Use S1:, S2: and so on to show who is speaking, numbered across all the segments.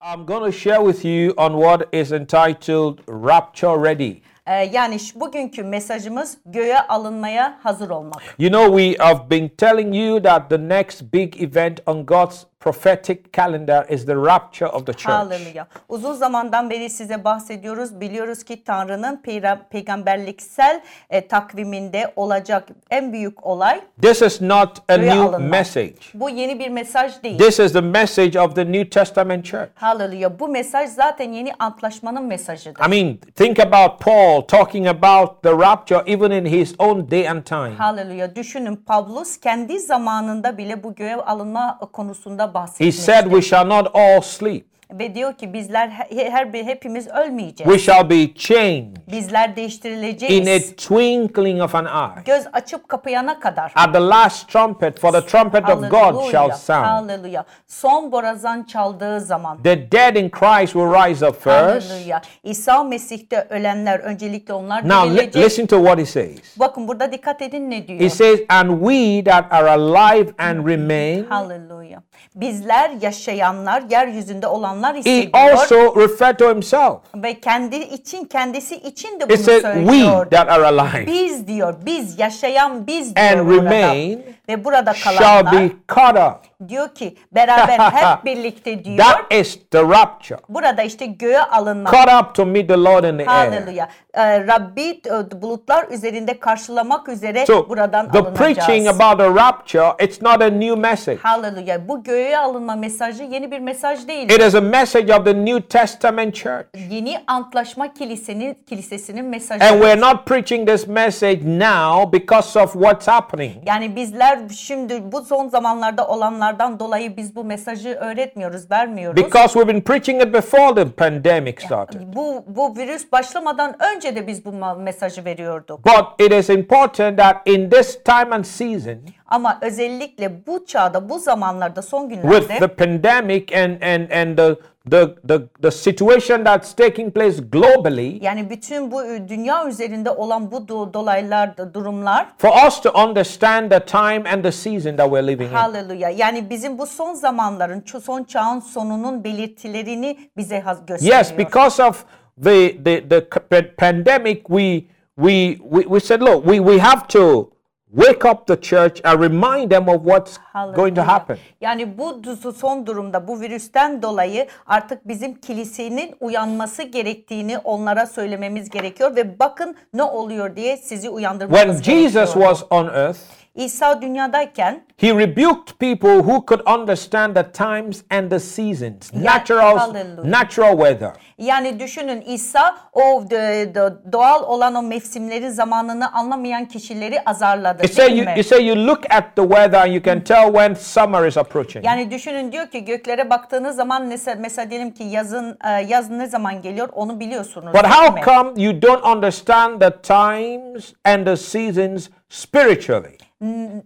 S1: I'm going to share with you on what is entitled Rapture Ready.
S2: Ee, yani şu- bugünkü mesajımız göğe alınmaya hazır olmak.
S1: You know, we have been telling you that the next big event on God's prophetic calendar is the rapture of the church.
S2: Hallelujah. Uzun zamandan beri size bahsediyoruz. Biliyoruz ki Tanrı'nın peyra- peygamberliksel e, takviminde olacak en büyük olay
S1: This is not a
S2: Göğe
S1: new
S2: alınma.
S1: message.
S2: Bu yeni bir mesaj değil.
S1: This is the message of the New Testament church.
S2: Hallelujah. Bu mesaj zaten yeni antlaşmanın mesajıdır.
S1: I mean, think about Paul talking about the rapture even in his own day and time.
S2: Hallelujah. Düşünün Pavlus kendi zamanında bile bu göğe alınma konusunda
S1: He
S2: bahsetmiş.
S1: said, We shall not all sleep,
S2: Ve diyor ki bizler he- her bir hepimiz ölmeyeceğiz.
S1: we shall be changed
S2: Bizler
S1: in a
S2: değiştirileceğiz.
S1: twinkling of an eye.
S2: Göz açıp kapayana kadar.
S1: At the last trumpet, for the trumpet of God shall sound.
S2: Hallelujah. Son borazan çaldığı zaman.
S1: The dead in Christ will rise up first.
S2: Hallelujah. İsa Mesih'te ölenler öncelikle onlar
S1: Now, li-
S2: dirilecek.
S1: listen to what he says.
S2: Bakın burada dikkat edin ne diyor.
S1: He says, And we that are alive and remain,
S2: Hallelujah. Bizler yaşayanlar, yeryüzünde olanlar
S1: he
S2: hissediyor
S1: also referred to himself.
S2: ve kendi için, kendisi için de
S1: He
S2: bunu
S1: said, We
S2: söylüyor.
S1: that are alive
S2: Biz diyor, biz yaşayan biz diyor
S1: And
S2: burada.
S1: remain
S2: ve burada
S1: shall
S2: kalanlar
S1: be caught up.
S2: diyor ki beraber hep birlikte diyor.
S1: That is the rapture.
S2: Burada işte göğe alınma.
S1: Caught up to meet the Lord in the air.
S2: Hallelujah. Ee, Rabbi e, bulutlar üzerinde karşılamak üzere
S1: So,
S2: buradan
S1: the preaching
S2: alınacağız.
S1: about the rapture, it's not a new message.
S2: Hallelujah. Bu göğe alınma mesajı yeni bir mesaj değil.
S1: It is a message of the New Testament church.
S2: Yeni antlaşma kilisenin kilisesinin mesajı.
S1: And we're not preaching this message now because of what's happening.
S2: Yani bizler şimdi bu son zamanlarda olanlardan dolayı biz bu mesajı öğretmiyoruz, vermiyoruz.
S1: Because we've been preaching it before the pandemic started.
S2: bu bu virüs başlamadan önce de biz bu ma- mesajı veriyorduk.
S1: But it is important that in this time and season,
S2: Ama özellikle bu çağda, bu zamanlarda, son
S1: with
S2: günlerde
S1: the pandemic and, and, and the, the, the, the situation that's taking place globally,
S2: yani bütün bu e, dünya üzerinde olan bu do- dolaylar, durumlar
S1: for us to understand the time and the season that we're living in.
S2: Hallelujah. Yani bizim bu son zamanların, şu son çağın sonunun belirtilerini bize haz- gösteriyor.
S1: Yes, because of the, the, the c- pa- pandemic, we, we, we, we said, look, we, we have to wake up the church and remind them of what's going to
S2: Hallelujah.
S1: happen.
S2: Yani bu du- son durumda bu virüsten dolayı artık bizim kilisenin uyanması gerektiğini onlara söylememiz gerekiyor ve bakın ne oluyor diye sizi uyandırmamız
S1: When Jesus
S2: gerekiyor.
S1: was on earth,
S2: İsa dünyadayken
S1: He rebuked people who could understand the times and the seasons, natural,
S2: hallelujah.
S1: natural weather.
S2: yani düşünün İsa o de- de- doğal olan o mevsimleri zamanını anlamayan kişileri azarladı.
S1: You say
S2: değil
S1: you,
S2: mi?
S1: you say you look at the weather and you can tell when summer is approaching.
S2: Mm-hmm. Yani düşünün diyor ki göklere baktığınız zaman mesela, mesela diyelim ki yazın e, yaz ne zaman geliyor onu biliyorsunuz.
S1: But
S2: değil
S1: how
S2: mi?
S1: come you don't understand the times and the seasons spiritually?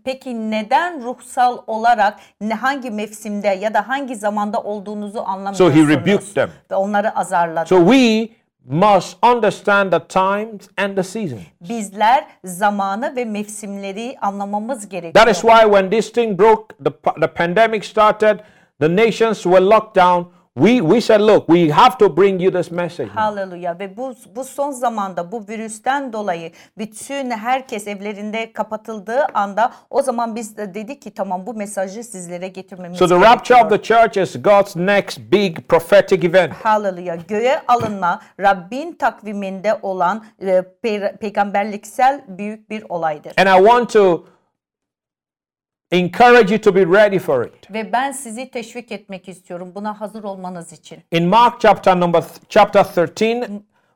S2: Peki neden ruhsal olarak ne hangi mevsimde ya da hangi zamanda olduğunuzu anlamıyorsunuz?
S1: rebuked them.
S2: Ve onları azarladı.
S1: So we must understand the times and the seasons.
S2: Bizler zamanı ve mevsimleri anlamamız gerekiyor.
S1: That is why when this thing broke, the, pa- the pandemic started, the nations were locked down. We, we said, look, we have to bring you this message.
S2: Hallelujah. Ve bu, bu son zamanda bu virüsten dolayı bütün herkes evlerinde kapatıldığı anda o zaman biz de dedik ki tamam bu mesajı sizlere getirmemiz
S1: So the
S2: gerekiyor.
S1: rapture of the church is God's next big prophetic event.
S2: Hallelujah. Göğe alınma Rabbin takviminde olan e, pe- peygamberliksel büyük bir olaydır.
S1: And I want to encourage you to be ready for it.
S2: Ve ben sizi teşvik etmek istiyorum buna hazır olmanız için.
S1: In Mark chapter number th- chapter 13,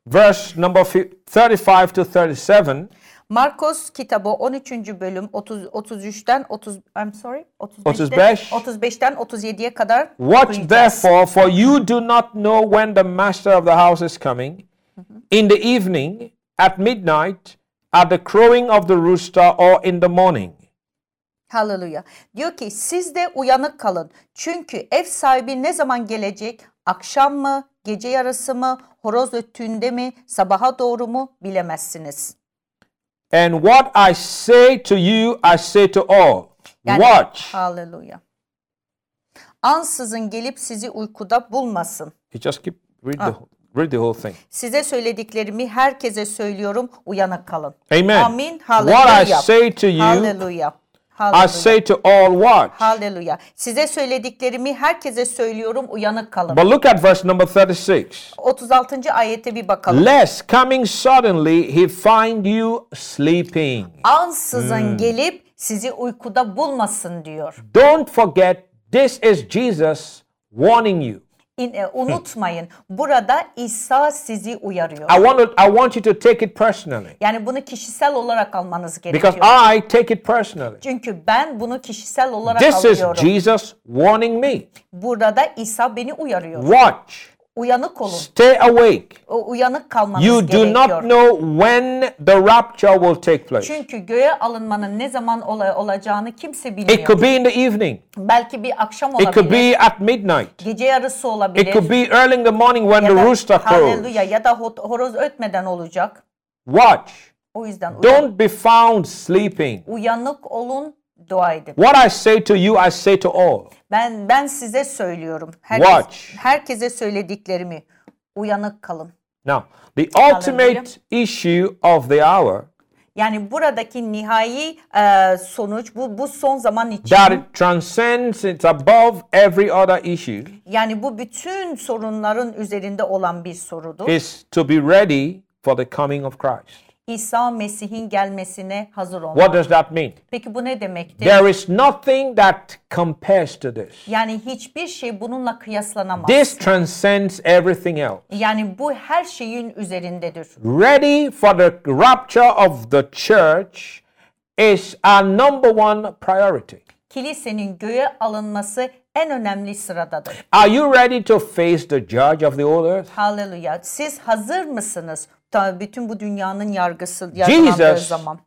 S1: verse number fi- 35 to 37,
S2: Markos kitabı 13. bölüm 30 33'ten 30 I'm sorry
S1: 35.
S2: 35'ten 37'ye kadar
S1: watch
S2: okuyacağız.
S1: therefore, for you do not know when the master of the house is coming,
S2: Mm-hmm.
S1: in the evening, at midnight, at the crowing of the rooster, or in the morning.
S2: Hallelujah. Diyor ki siz de uyanık kalın. Çünkü ev sahibi ne zaman gelecek? Akşam mı? Gece yarısı mı? Horoz öttüğünde mi? Sabaha doğru mu? Bilemezsiniz.
S1: And what I say to you, I say to all.
S2: Yani,
S1: Watch.
S2: Hallelujah. ansızın gelip sizi uykuda bulmasın.
S1: You just keep read the
S2: Oh.
S1: read the whole thing.
S2: Size söylediklerimi herkese söylüyorum. Uyanık kalın.
S1: Amen.
S2: Amin.
S1: What I
S2: Hallelujah.
S1: say to you,
S2: Hallelujah.
S1: I
S2: Hallelujah.
S1: say to all watch.
S2: Hallelujah. Size söylediklerimi herkese söylüyorum. Uyanık kalın.
S1: But look at verse number 36.
S2: 36. ayete bir bakalım.
S1: Lest coming suddenly he find you sleeping.
S2: Ansızın
S1: Hmm.
S2: gelip sizi uykuda bulmasın diyor.
S1: Don't forget this is Jesus warning you.
S2: İn- e, unutmayın. Burada İsa sizi uyarıyor.
S1: I want to, I want you to take it personally
S2: Yani bunu kişisel olarak almanız gerekiyor.
S1: because I take it personally.
S2: Çünkü ben bunu kişisel olarak
S1: This is
S2: alıyorum.
S1: Jesus warning me.
S2: Burada İsa beni uyarıyor.
S1: Watch.
S2: Uyanık olun.
S1: Stay awake.
S2: O uyanık kalmanız
S1: You do
S2: gerekiyor.
S1: not know when the rapture will take place.
S2: Çünkü göğe alınmanın ne zaman ola- olacağını kimse bilmiyor.
S1: It could be in the evening.
S2: Belki bir akşam
S1: It could
S2: olabilir.
S1: be at midnight.
S2: Gece yarısı olabilir.
S1: It could be early in the morning when
S2: ya
S1: the
S2: da,
S1: rooster crows.
S2: Hallelujah, ya da hot- horoz ötmeden olacak.
S1: Watch.
S2: O yüzden uyan-
S1: Don't be found sleeping.
S2: uyanık olun, dua edin.
S1: What I say to you, I say to all.
S2: Ben ben size söylüyorum.
S1: Watch.
S2: herkese söylediklerimi uyanık kalın.
S1: Now, the ultimate issue of the hour
S2: Yani buradaki nihai e, sonuç bu bu son zaman için.
S1: that it transcends, it's above every other issue,
S2: yani bu bütün sorunların üzerinde olan bir sorudur.
S1: is to be ready for the coming of Christ.
S2: İsa Mesih'in gelmesine hazır olmak.
S1: What does that mean?
S2: Peki bu ne demektir?
S1: There is nothing that compares to this.
S2: Yani hiçbir şey bununla kıyaslanamaz.
S1: This transcends everything else.
S2: yani bu her şeyin üzerindedir.
S1: Ready for the rapture of the church is our number one priority.
S2: Kilisenin göğe alınması en önemli sıradadır.
S1: Are you ready to face the judge of the whole earth?
S2: Hallelujah. Siz hazır mısınız? Ta- bütün bu dünyanın yargısı yargılandığı
S1: Jesus.
S2: zaman.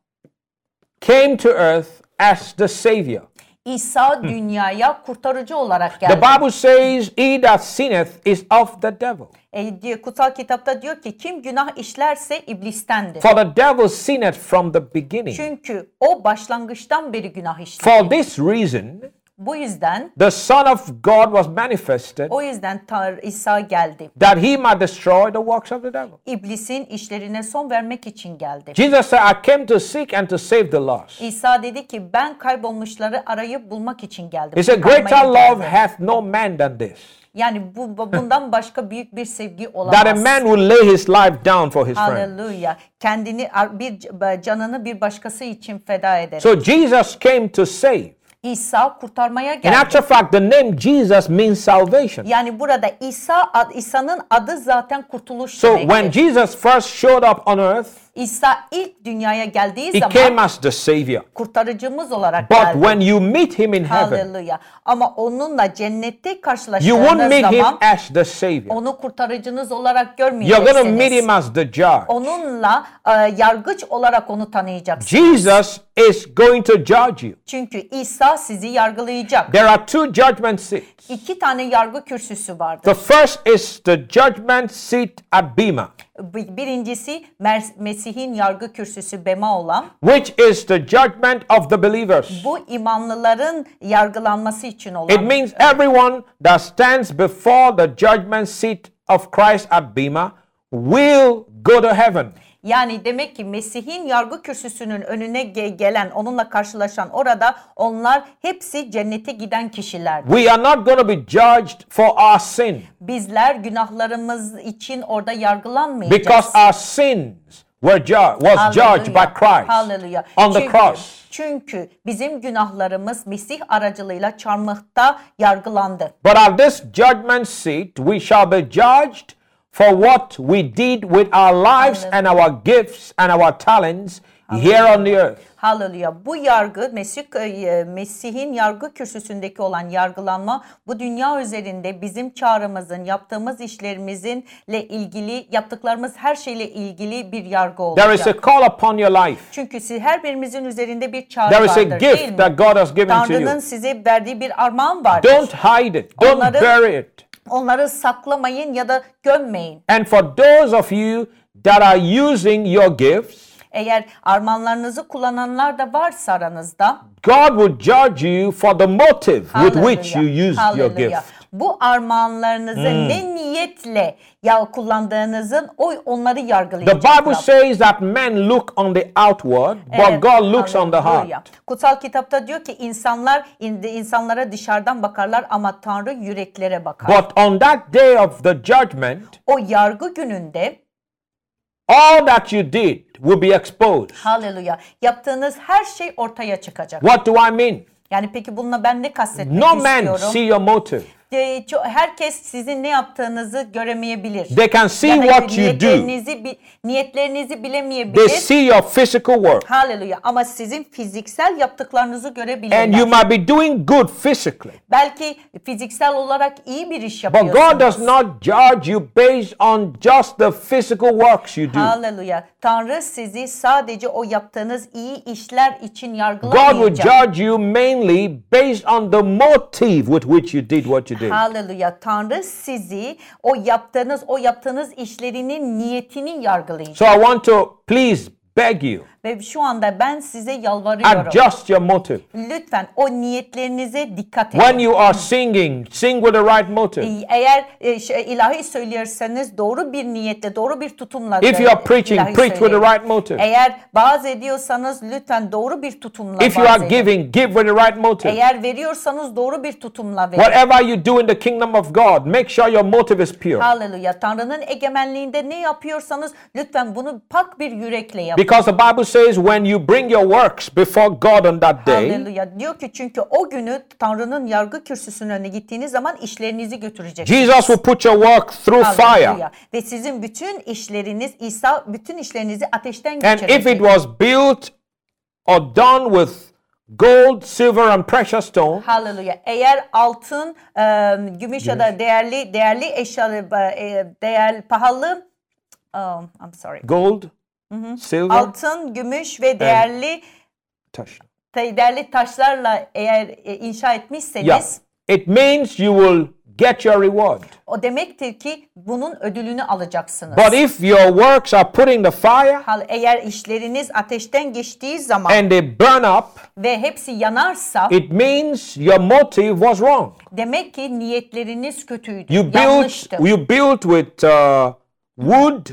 S1: Came to earth as the Savior.
S2: İsa dünyaya kurtarıcı olarak
S1: The
S2: geldi.
S1: Bible says, He that sinneth is of the devil.
S2: E, diyor, kutsal kitapta diyor ki kim günah işlerse iblistendir.
S1: For the devil sinneth from the beginning.
S2: Çünkü o başlangıçtan beri günah işledi.
S1: For this reason,
S2: Bu yüzden
S1: the Son of God was manifested
S2: o yüzden Tanrı İsa geldi.
S1: that he might destroy the works of the devil.
S2: İblisin işlerine son vermek için geldi.
S1: Jesus said, I came to seek and to save the lost.
S2: İsa dedi ki ben kaybolmuşları arayıp bulmak için geldim.
S1: He said, Greater
S2: Kurtarmaya
S1: love
S2: geldim."
S1: hath no man than this,
S2: Yani bu bu- bundan başka büyük bir sevgi
S1: that a
S2: olamaz.
S1: man will lay his life down for his friend.
S2: Hallelujah. Kendini ar- bir canını bir başkası için feda eder.
S1: So Jesus came to save.
S2: İsa kurtarmaya
S1: In
S2: geldi.
S1: actual fact, the name Jesus means salvation.
S2: Yani burada İsa ad- İsa'nın adı zaten kurtuluş
S1: So
S2: demektir.
S1: when Jesus first showed up on earth,
S2: İsa ilk dünyaya geldiği
S1: he
S2: zaman
S1: came as the Savior.
S2: kurtarıcımız olarak
S1: But
S2: geldi.
S1: when you meet him in heaven,
S2: Hallelujah. Ama onunla cennette
S1: you won't
S2: karşılaştığınız
S1: meet him
S2: zaman
S1: as the Savior.
S2: onu kurtarıcınız olarak
S1: You're going to meet
S2: görmeyeceksiniz.
S1: him as the judge.
S2: Onunla e, yargıç olarak onu tanıyacaksınız.
S1: Jesus is going to judge you.
S2: Çünkü İsa sizi yargılayacak.
S1: There are two judgment seats.
S2: İki tane yargı kürsüsü vardır.
S1: The first is the judgment seat at Bema,
S2: Bir- Birincisi Mer- Mesih'in yargı kürsüsü Bema olan
S1: which is the judgment of the believers.
S2: bu imanlıların yargılanması için
S1: It
S2: olan.
S1: means everyone that stands before the judgment seat of Christ at Bema will go to heaven.
S2: Yani demek ki Mesih'in yargı kürsüsünün önüne ge- gelen, onunla karşılaşan orada onlar hepsi cennete giden kişilerdir.
S1: We are not going to be judged for our sin
S2: Bizler günahlarımız için orada yargılanmayacağız.
S1: because our sins were ju- was judged by
S2: Hallelujah.
S1: Christ
S2: Hallelujah.
S1: on the
S2: Çünkü-
S1: cross.
S2: Çünkü bizim günahlarımız Mesih aracılığıyla çarmıhta yargılandı.
S1: But at this judgment seat, we shall be judged for what we did with our lives and our gifts and our talents here on the earth.
S2: Hallelujah. Bu yargı Mesih e, Mesih'in yargı kürsüsündeki olan yargılanma bu dünya üzerinde bizim çağrımızın, yaptığımız işlerimizle ilgili, yaptıklarımız her şeyle ilgili bir yargı
S1: There is a
S2: olacak.
S1: call upon your life.
S2: Çünkü siz her birimizin üzerinde bir çağrı
S1: There is a
S2: vardır değil
S1: gift
S2: mi?
S1: that God has given to
S2: Tanrı'nın
S1: you.
S2: size verdiği bir armağan vardır.
S1: Don't hide it. Don't
S2: Onları-
S1: bury it.
S2: Onları saklamayın ya da gömmeyin.
S1: And for those of you that are using your gifts,
S2: Eğer armağanlarınızı kullananlar da varsa aranızda
S1: God will judge you for the motive with which you
S2: Hallelujah,
S1: used your
S2: hallelujah.
S1: gift. Hmm.
S2: Bu armağanlarınızı ne niyetle ya kullandığınızın o onları
S1: The
S2: yargılayacak.
S1: Bible
S2: Rab.
S1: says that men look on the outward, but
S2: Evet,
S1: God looks on the heart.
S2: hallelujah. Kutsal kitapta diyor ki insanlar in- insanlara dışarıdan bakarlar ama Tanrı yüreklere bakar.
S1: But on that day of the judgment,
S2: o yargı gününde
S1: all that you did will be exposed.
S2: haleluya yaptığınız her şey ortaya çıkacak.
S1: What do I mean?
S2: Yani peki bununla ben ne kastetmek
S1: No man
S2: istiyorum?
S1: see your motive.
S2: Ee, ço- herkes sizin ne yaptığınızı göremeyebilir.
S1: They can see
S2: Ya da
S1: what you do.
S2: niyetlerinizi, bi- niyetlerinizi bilemeyebilir.
S1: They see your physical work.
S2: Haleluya. Ama sizin fiziksel yaptıklarınızı görebilirler.
S1: And you might be doing good physically.
S2: Belki fiziksel olarak iyi bir iş
S1: But
S2: yapıyorsunuz.
S1: God does not judge you based on just the physical works you do.
S2: Haleluya. Tanrı sizi sadece o yaptığınız iyi işler için
S1: God will
S2: yargılamayacak.
S1: judge you mainly based on the motive with which you did what you did.
S2: Haleluya. Tanrı sizi o yaptığınız o yaptığınız işlerinin niyetini yargılayacak.
S1: So I want to please beg you,
S2: Ve şu anda ben size yalvarıyorum.
S1: adjust your motive.
S2: Lütfen o niyetlerinize dikkat edin.
S1: When you are singing, sing with the right motive.
S2: Eğer e, şey, ilahi söylüyorsanız doğru bir niyetle, doğru bir tutumla
S1: If you are preaching,
S2: ilahi
S1: preach with the
S2: söyleyin.
S1: right motive.
S2: Eğer vaaz ediyorsanız lütfen doğru bir tutumla
S1: If you
S2: vaaz
S1: are
S2: edin.
S1: giving, give with the right motive.
S2: Eğer veriyorsanız doğru bir tutumla verin.
S1: Whatever you do in the kingdom of God, make sure your motive is pure.
S2: Haleluya. Tanrı'nın egemenliğinde ne yapıyorsanız lütfen bunu pak bir yürekle yapın.
S1: Because the Bible says when you bring your works before God on that day,
S2: Haleluya. Diyor ki çünkü o günü Tanrı'nın yargı kürsüsünün önüne gittiğiniz zaman işlerinizi götüreceksiniz.
S1: Jesus will put your work through fire.
S2: Haleluya. Ve sizin bütün işleriniz İsa bütün işlerinizi ateşten
S1: And if it
S2: geçirecek.
S1: was built or done with gold, silver, and precious stone,
S2: Haleluya. Eğer altın, e, gümüş ya da değerli değerli eşyaları e, değer pahalı um, I'm sorry.
S1: gold, Mm-hmm. silver,
S2: Altın, gümüş ve değerli
S1: touch.
S2: ta- değerli taşlarla eğer e, inşa etmişseniz
S1: Yeah. It means you will get your reward.
S2: o demektir ki bunun ödülünü alacaksınız.
S1: But if your works are put in the fire
S2: Hal- Eğer işleriniz ateşten geçtiği zaman
S1: and they burn up,
S2: ve hepsi yanarsa
S1: it means your motive was wrong.
S2: demek ki niyetleriniz kötüydü,
S1: You built,
S2: yanlıştı.
S1: you built with uh, wood,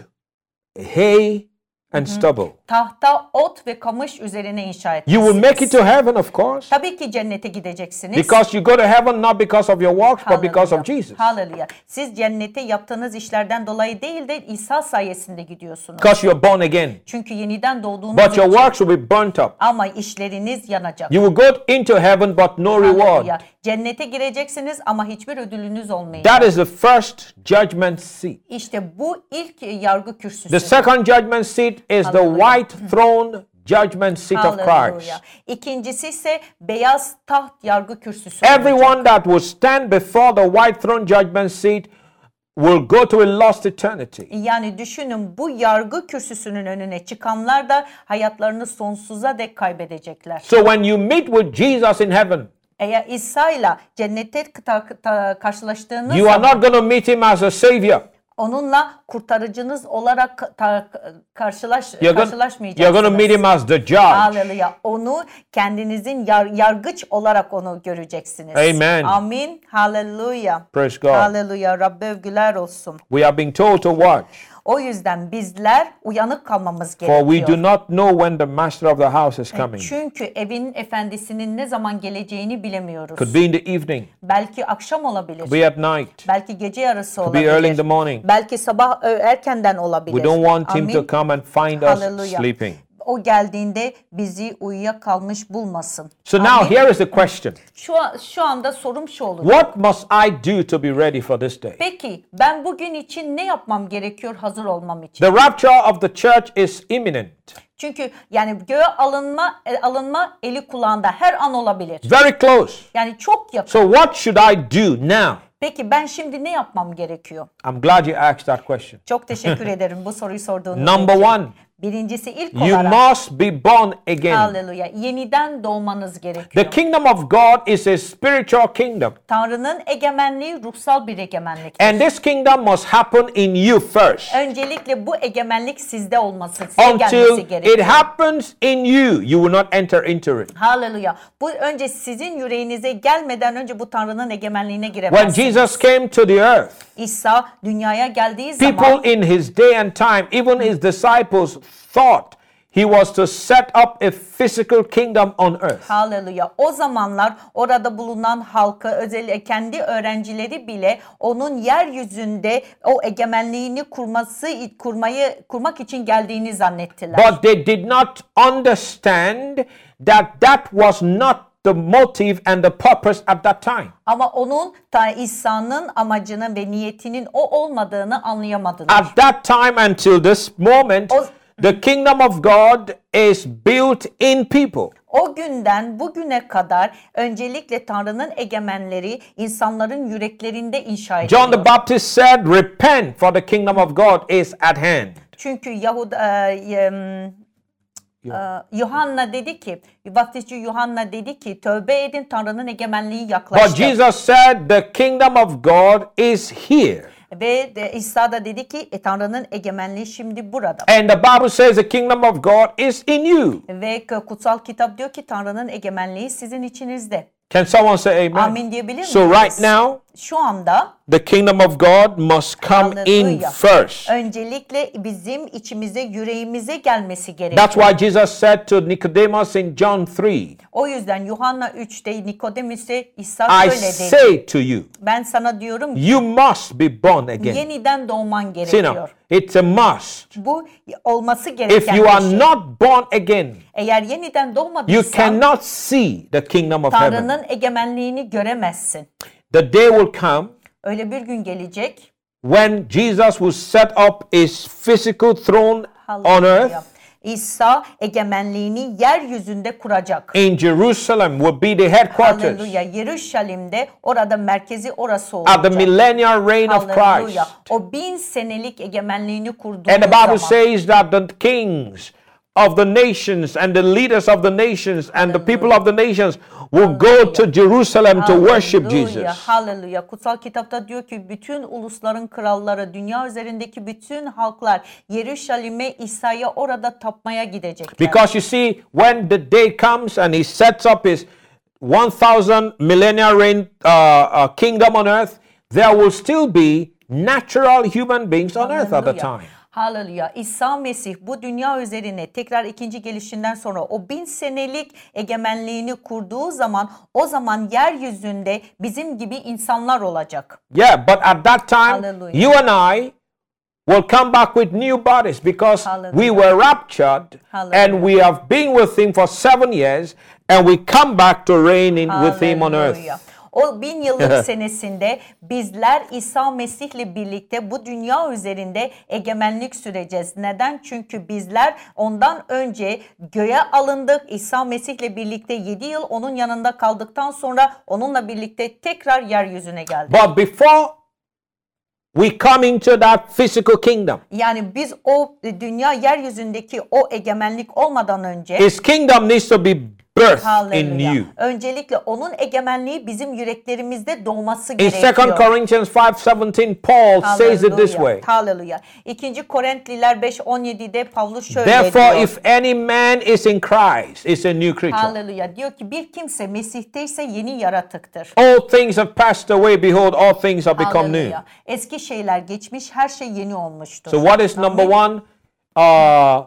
S1: hay, and
S2: Mm-hmm.
S1: stubble.
S2: Tahta, ot ve kamış üzerine inşa
S1: You
S2: etmişsiniz.
S1: will make it to heaven, of course,
S2: Tabii ki cennete gideceksiniz.
S1: because you go to heaven not because of your works, but because of
S2: Hallelujah.
S1: Jesus.
S2: Hallelujah. Siz cennete yaptığınız işlerden dolayı değil de İsa sayesinde gidiyorsunuz.
S1: Because you're born again.
S2: Çünkü yeniden doğduğunuz
S1: But your
S2: için
S1: works will be burnt up.
S2: ama işleriniz yanacak.
S1: You will go into heaven, but no reward.
S2: Hallelujah. Cennete gireceksiniz ama hiçbir ödülünüz olmayacak.
S1: That is the first judgment seat.
S2: İşte bu ilk yargı kürsüsü.
S1: The second judgment seat is the Hallelujah. white throne judgment seat of Christ.
S2: Hallelujah. İkincisi ise beyaz taht yargı kürsüsü. olacak.
S1: Everyone that will stand before the white throne judgment seat will go to a lost eternity.
S2: Yani düşünün bu yargı kürsüsünün önüne çıkanlar da hayatlarını sonsuza dek kaybedecekler.
S1: So when you meet with Jesus in heaven,
S2: Eğer İsa'yla cennette kıta- ta- karşılaştığınız
S1: you are
S2: zaman
S1: not going to meet him as a savior.
S2: onunla kurtarıcınız olarak ka- ta- karşılaş
S1: You're going, you're going to meet him
S2: karşılaşmayacaksınız.
S1: as the judge.
S2: Haleluya. Onu kendinizin yar- yargıç olarak onu göreceksiniz.
S1: Amen.
S2: Amin. Haleluya.
S1: Praise God.
S2: Haleluya. Rabbe övgüler olsun.
S1: We are being told to watch,
S2: O yüzden bizler uyanık kalmamız
S1: for we
S2: gerekiyor.
S1: do not know when the master of the house is coming.
S2: Çünkü evin efendisinin ne zaman geleceğini bilemiyoruz.
S1: Could be in the evening,
S2: Belki akşam olabilir.
S1: be at night,
S2: belki gece yarısı
S1: be early in
S2: olabilir.
S1: the morning.
S2: Belki sabah ö- erkenden olabilir.
S1: We don't want him
S2: Amin.
S1: to come and find us
S2: Hallelujah.
S1: sleeping.
S2: O geldiğinde bizi uyuyakalmış bulmasın.
S1: So now
S2: Amin.
S1: here is the question.
S2: şu, an- şu anda sorum şu olur.
S1: What must I do to be ready for this day?
S2: Peki ben bugün için ne yapmam gerekiyor hazır olmam için?
S1: The rapture of the church is imminent,
S2: Çünkü yani göğe alınma e, alınma eli kulağında her an olabilir.
S1: very close.
S2: Yani çok yakın.
S1: So, what should I do now?
S2: Peki ben şimdi ne yapmam gerekiyor?
S1: I'm glad you asked that question.
S2: Çok teşekkür ederim bu soruyu sorduğunuz
S1: Number
S2: için.
S1: one,
S2: Birincisi ilk
S1: You
S2: olarak
S1: must be born again.
S2: Hallelujah. Yeniden doğmanız
S1: The
S2: gerekiyor.
S1: kingdom of God is a spiritual kingdom,
S2: Tanrı'nın egemenliği ruhsal bir egemenlik.
S1: and this kingdom must happen in you first.
S2: Öncelikle bu egemenlik sizde olması, size
S1: Until
S2: gelmesi
S1: it
S2: gerekiyor.
S1: happens in you, you will not enter into it.
S2: Hallelujah. Bu önce sizin yüreğinize gelmeden önce bu Tanrı'nın egemenliğine
S1: When
S2: giremezsiniz.
S1: Jesus came to the earth,
S2: İsa dünyaya geldiği
S1: people
S2: zaman
S1: in his day and time, even his disciples, thought he was to set up a physical kingdom on earth.
S2: Hallelujah. O zamanlar orada bulunan halkı özellikle kendi öğrencileri bile onun yeryüzünde o egemenliğini kurması kurmayı kurmak için geldiğini zannettiler.
S1: But they did not understand that that was not the motive and the purpose at that time.
S2: Ama onun ta İsa'nın amacının ve niyetinin o olmadığını anlayamadılar.
S1: At that time until this moment,
S2: Os-
S1: the kingdom of God is built in people.
S2: O günden bugüne kadar öncelikle Tanrı'nın egemenleri insanların yüreklerinde inşa ediliyor.
S1: John the Baptist said, Repent, for the kingdom of God is at hand.
S2: Çünkü Yahud e, y- em, e, Yuhanna dedi ki, vaftizci Yuhanna dedi ki tövbe edin Tanrı'nın egemenliği
S1: But
S2: yaklaştı.
S1: Jesus said, The kingdom of God is here.
S2: Ve de, İsa da dedi ki "E, Tanrı'nın egemenliği şimdi burada.
S1: And the Bible says the kingdom of God is in you.
S2: Ve k- kutsal kitap diyor ki Tanrı'nın egemenliği sizin içinizde.
S1: Can someone say amen?
S2: Amin diyebilir
S1: So,
S2: miyiz?
S1: right now,
S2: Şu anda
S1: the kingdom of God must come in
S2: Hallelujah.
S1: first.
S2: öncelikle bizim içimize, yüreğimize gelmesi gerekiyor.
S1: That's why Jesus said to Nicodemus in John 3,
S2: O yüzden Yuhanna 3'te Nikodemus'e İsa
S1: I
S2: şöyle dedi.
S1: say to you,
S2: Ben sana diyorum ki
S1: you must be born again.
S2: yeniden doğman
S1: See now,
S2: gerekiyor.
S1: it's a must.
S2: Bu olması
S1: If
S2: gereken
S1: you are
S2: bir şey.
S1: not born again,
S2: Eğer yeniden
S1: you
S2: doğmadıysan
S1: cannot see the kingdom of heaven.
S2: Tanrı'nın egemenliğini göremezsin.
S1: The day will come
S2: Öyle bir gün gelecek.
S1: when Jesus will set up his physical throne on
S2: Hallelujah.
S1: earth
S2: İsa egemenliğini yeryüzünde kuracak.
S1: in Jerusalem will be the headquarters
S2: Hallelujah. Yeruşalim'de orada merkezi orası
S1: at
S2: olacak.
S1: the millennial reign of Christ.
S2: Hallelujah. O bin senelik egemenliğini kurduğu
S1: And the Bible
S2: zaman
S1: says that the kings of the nations and the leaders of the nations and the people of the nations will go to Jerusalem to worship
S2: Hallelujah,
S1: Jesus.
S2: Hallelujah. Kutsal kitapta diyor ki bütün ulusların kralları, dünya üzerindeki bütün halklar Yeruşalim'e İsa'ya orada tapmaya gidecekler.
S1: Because you see, when the day comes and he sets up his 1000 millennial reign uh, uh, kingdom on earth, there will still be natural human beings on earth at the
S2: Hallelujah.
S1: time.
S2: Hallelujah. İsa Mesih bu dünya üzerine tekrar ikinci gelişinden sonra o bin senelik egemenliğini kurduğu zaman o zaman yeryüzünde bizim gibi insanlar olacak.
S1: Yeah, but at that time,
S2: Hallelujah.
S1: you and I will come back with new bodies because we
S2: Hallelujah.
S1: were raptured
S2: Hallelujah.
S1: and we have been with Him for seven years and we come back to reign in, with Him on earth.
S2: Hallelujah. O bin yıllık senesinde bizler İsa Mesih'le birlikte bu dünya üzerinde egemenlik süreceğiz. Neden? Çünkü bizler ondan önce göğe alındık. İsa Mesih'le birlikte 7 yıl onun yanında kaldıktan sonra onunla birlikte tekrar yeryüzüne geldik.
S1: But before we come into that physical kingdom,
S2: Yani biz o dünya yeryüzündeki o egemenlik olmadan önce
S1: His kingdom needs to be birthed in
S2: Hallelujah.
S1: you.
S2: Öncelikle onun egemenliği bizim yüreklerimizde doğması
S1: In 2
S2: gerekiyor.
S1: Corinthians 5:17, Paul says it this way.
S2: Hallelujah. 2. Korintliler 5.17'de Pavlus şöyle
S1: Therefore,
S2: diyor.
S1: if any man is in Christ, is a new creature.
S2: Hallelujah. Diyor ki bir kimse Mesih'teyse yeni yaratıktır.
S1: All things have passed away. Behold, all things have become new.
S2: Hallelujah. Eski şeyler geçmiş, her şey yeni olmuştur.
S1: So, what is number
S2: Amin.
S1: one uh,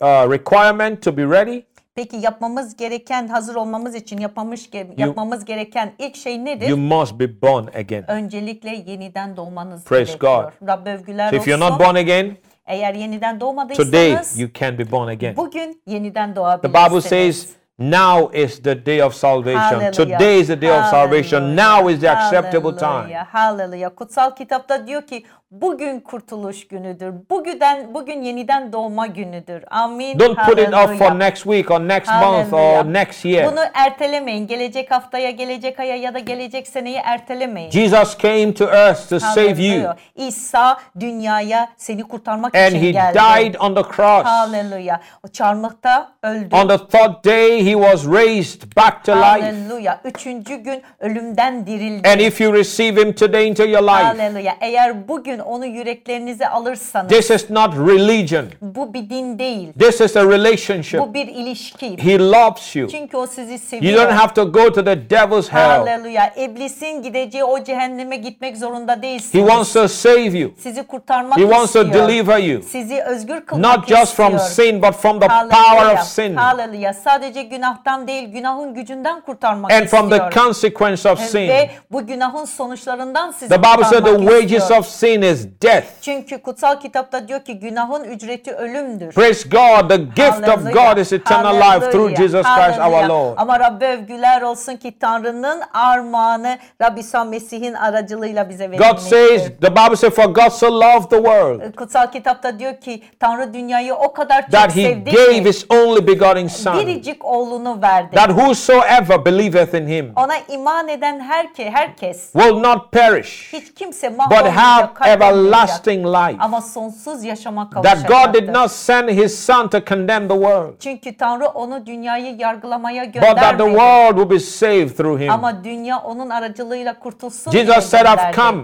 S1: uh, requirement to be ready?
S2: Peki yapmamız gereken, hazır olmamız için yapmamış ge- yapmamız gereken ilk şey nedir?
S1: You must be born again.
S2: Uh, Öncelikle yeniden doğmanız
S1: Praise
S2: gerekiyor. Rab övgüler
S1: So, if you're
S2: olsun.
S1: not born again,
S2: Eğer yeniden
S1: today
S2: doğmadıysanız
S1: you can be born again.
S2: bugün yeniden
S1: The Bible
S2: doğabilirsiniz.
S1: says Now is the day of salvation.
S2: Hallelujah.
S1: Today is the day of salvation. Now is the acceptable time.
S2: Hallelujah, Hallelujah. Kutsal kitapta diyor ki bugün kurtuluş günüdür. Bugünden bugün yeniden doğma günüdür. Amin.
S1: Don't put it off for
S2: Hallelujah.
S1: next week or next month
S2: Hallelujah.
S1: or next year.
S2: Bunu ertelemeyin. Gelecek haftaya, gelecek aya ya da gelecek seneyi ertelemeyin.
S1: Jesus came to earth to save you,
S2: Hallelujah. İsa dünyaya seni kurtarmak
S1: and
S2: için
S1: he
S2: geldi.
S1: died on the cross.
S2: Hallelujah. O çarmıhta öldü.
S1: On the third day, he was raised back to life.
S2: Hallelujah. Üçüncü gün ölümden dirildi.
S1: And if you receive him today into your life,
S2: Hallelujah. Eğer bugün onu yüreklerinize alırsanız
S1: this is not religion,
S2: bu bir din değil.
S1: this is a relationship.
S2: Bu bir ilişki.
S1: He loves you.
S2: Çünkü o sizi
S1: You
S2: seviyor.
S1: don't have to go to the devil's hell.
S2: Hallelujah. İblisin gideceği o cehenneme gitmek zorunda
S1: He
S2: değilsiniz.
S1: wants to save you,
S2: sizi kurtarmak
S1: he wants to
S2: istiyor.
S1: deliver you,
S2: Sizi özgür kılmak
S1: not just from
S2: istiyor.
S1: sin, but from the power
S2: Hallelujah.
S1: of sin
S2: Hallelujah. Sadece günahtan değil, günahın gücünden kurtarmak
S1: and from the
S2: istiyor.
S1: consequence of
S2: Ve
S1: sin.
S2: bu günahın sonuçlarından sizi
S1: The Bible said the
S2: kurtarmak
S1: wages
S2: istiyor.
S1: of sin is death.
S2: Çünkü kutsal kitapta diyor ki günahın ücreti ölümdür.
S1: Praise God, the gift of
S2: Hallelujah.
S1: God is eternal life through
S2: Hallelujah.
S1: Jesus Christ our
S2: Hallelujah.
S1: Lord.
S2: Ama Rabbe övgüler olsun ki Tanrı'nın armağanı Rab İsa Mesih'in aracılığıyla bize
S1: God
S2: verilmiştir.
S1: says, the Bible says, for God so loved the world
S2: Kutsal kitapta diyor ki Tanrı dünyayı o kadar çok
S1: that he
S2: sevdi
S1: gave
S2: ki
S1: his only begotten Son,
S2: biricik oğlunu verdi.
S1: that whosoever believeth in him
S2: Ona iman eden herke, herkes
S1: will not perish,
S2: hiç kimse
S1: but have
S2: mahvolmayacak, kaybolmayacak.
S1: everlasting life.
S2: Ama sonsuz yaşama
S1: That God did
S2: kavuşacaktır.
S1: not send his Son to condemn the world,
S2: Çünkü Tanrı onu dünyayı yargılamaya
S1: but that the
S2: göndermedi.
S1: world will be saved through him.
S2: Ama dünya onun aracılığıyla kurtulsun diye
S1: Jesus said, I've
S2: gönderdi.
S1: come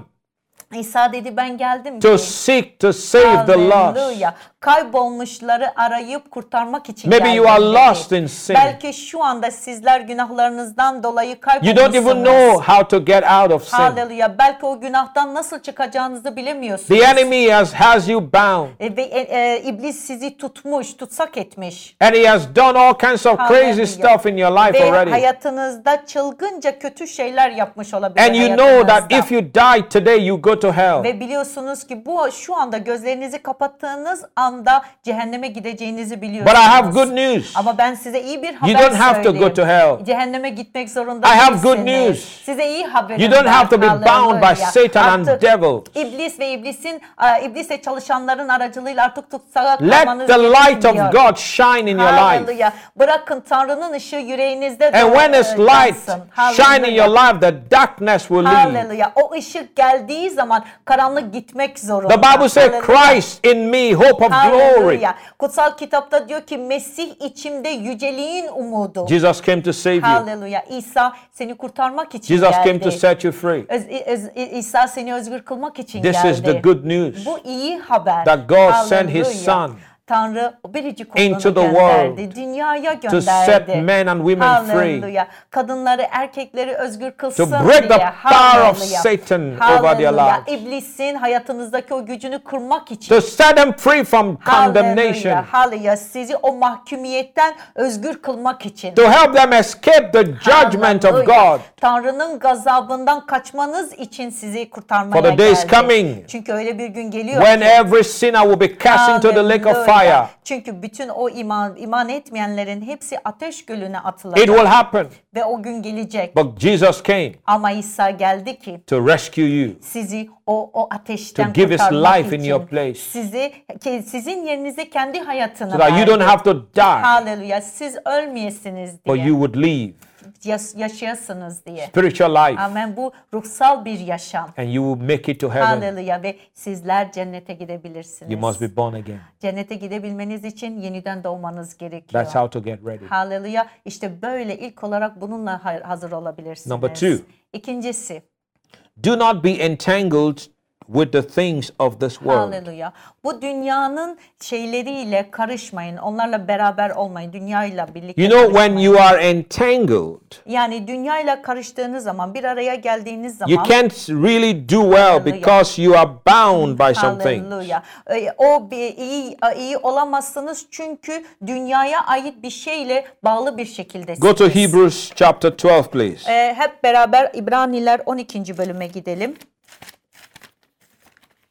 S2: İsa dedi ben geldim
S1: to
S2: ki.
S1: seek to save the lost.
S2: Hallelujah. Kaybolmuşları arayıp kurtarmak için
S1: Maybe
S2: geldim
S1: you are
S2: dedi.
S1: lost in sin.
S2: Belki şu anda sizler günahlarınızdan dolayı
S1: You
S2: kaybolmuşsunuz.
S1: don't even know how to get out of sin.
S2: Hallelujah. Belki o günahtan nasıl çıkacağınızı bilemiyorsunuz.
S1: The enemy has, has you bound,
S2: E, ve, e, e, iblis sizi tutmuş, tutsak etmiş.
S1: and he has done all kinds of crazy
S2: Hallelujah.
S1: stuff in your life
S2: Ve
S1: already.
S2: hayatınızda çılgınca kötü şeyler yapmış olabilir
S1: And you know that
S2: hayatınızda.
S1: if you die today, you go to hell.
S2: Ve biliyorsunuz ki bu şu anda gözlerinizi kapattığınız anda cehenneme gideceğinizi
S1: But
S2: biliyorsunuz.
S1: I have good news.
S2: Ama ben size iyi bir haber
S1: don't have to
S2: söyleyeyim.
S1: go to hell.
S2: Cehenneme gitmek zorunda
S1: I have good
S2: değilsiniz.
S1: news.
S2: Size iyi haberim
S1: You don't
S2: var.
S1: have to be bound by
S2: Hallelujah.
S1: Satan and
S2: Artık
S1: devil.
S2: İblis ve iblisin e, iblisle çalışanların aracılığıyla artık tutsak
S1: Let the light of God shine in your life.
S2: Hallelujah. Bırakın Tanrı'nın ışığı yüreğinizde
S1: And when
S2: e,
S1: His light
S2: yansın.
S1: shine in your
S2: Hallelujah.
S1: life, the darkness will leave.
S2: Hallelujah. O ışık geldiği zaman karanlık gitmek zorunda.
S1: The Bible says,
S2: Hallelujah.
S1: Christ in me, hope of glory.
S2: Hallelujah. Kutsal kitapta diyor ki Mesih içimde yüceliğin umudu.
S1: Jesus came to save you.
S2: Hallelujah. İsa seni kurtarmak için
S1: Jesus
S2: geldi.
S1: came to set you free.
S2: Öz- öz- İsa seni özgür kılmak için
S1: This
S2: geldi.
S1: is the good news.
S2: Bu iyi haber.
S1: That God sent his
S2: Hallelujah.
S1: Son
S2: Tanrı o biricik oğlunu
S1: into the
S2: gönderdi.
S1: world
S2: Dünyaya
S1: to
S2: gönderdi.
S1: set men and women free.
S2: Hallelujah. Kadınları, erkekleri özgür kılsın
S1: To break the
S2: diye.
S1: power of
S2: Hallelujah.
S1: Satan over their
S2: Hallelujah.
S1: lives.
S2: İblisin hayatınızdaki o gücünü kırmak için.
S1: To set them free from condemnation.
S2: Hallelujah. Hallelujah. Sizi o mahkumiyetten özgür kılmak için.
S1: To help them escape the judgment of
S2: Hallelujah.
S1: God.
S2: Tanrı'nın gazabından kaçmanız için sizi kurtarmaya
S1: For the day is
S2: geldi.
S1: coming.
S2: Çünkü öyle bir gün geliyor.
S1: When
S2: ki-
S1: every sinner will be cast into the lake of
S2: Hallelujah.
S1: fire.
S2: Çünkü bütün o iman iman etmeyenlerin hepsi ateş gölüne atılacak
S1: It will happen.
S2: ve o gün gelecek.
S1: But Jesus came
S2: Ama İsa geldi ki
S1: to rescue you.
S2: sizi o o ateşten
S1: To give his
S2: kurtarmak
S1: life in
S2: için.
S1: your place.
S2: Sizi ki- sizin yerinize kendi hayatını
S1: So that you
S2: verdi.
S1: don't have to die,
S2: Hallelujah. Siz ölmeyesiniz
S1: but
S2: diye.
S1: you would live
S2: Yas- yaşayasınız diye.
S1: spiritual life
S2: Amen. Bu ruhsal bir yaşam.
S1: and you will make it to heaven.
S2: Hallelujah ve sizler cennete gidebilirsiniz.
S1: You must be born again.
S2: Cennete gidebilmeniz için yeniden doğmanız gerekiyor.
S1: That's how to get ready.
S2: Hallelujah. İşte böyle ilk olarak bununla ha- hazır olabilirsiniz.
S1: Number two.
S2: İkincisi,
S1: Do not be entangled with the things of this world.
S2: hallelujah. Bu dünyanın şeyleriyle karışmayın. Onlarla beraber olmayın. Dünyayla birlikte
S1: You know,
S2: karışmayın.
S1: when you are entangled,
S2: Yani dünyayla karıştığınız zaman, bir araya geldiğiniz zaman
S1: you can't really do well
S2: Uh-huh. Hallelujah.
S1: because you are bound by something.
S2: Hallelujah. Ee, O bir iyi iyi olamazsınız çünkü dünyaya ait bir şeyle bağlı bir şekildesiniz.
S1: Go to Hebrews chapter 12, please.
S2: Ee, hep beraber İbraniler 12. bölüme gidelim.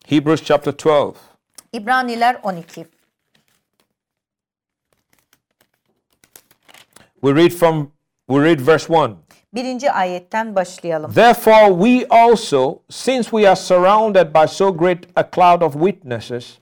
S1: Hebrews chapter 12.
S2: İbraniler 12.
S1: We read from we read verse 1.
S2: Birinci ayetten başlayalım.
S1: Therefore we also since we are surrounded by so great a cloud of witnesses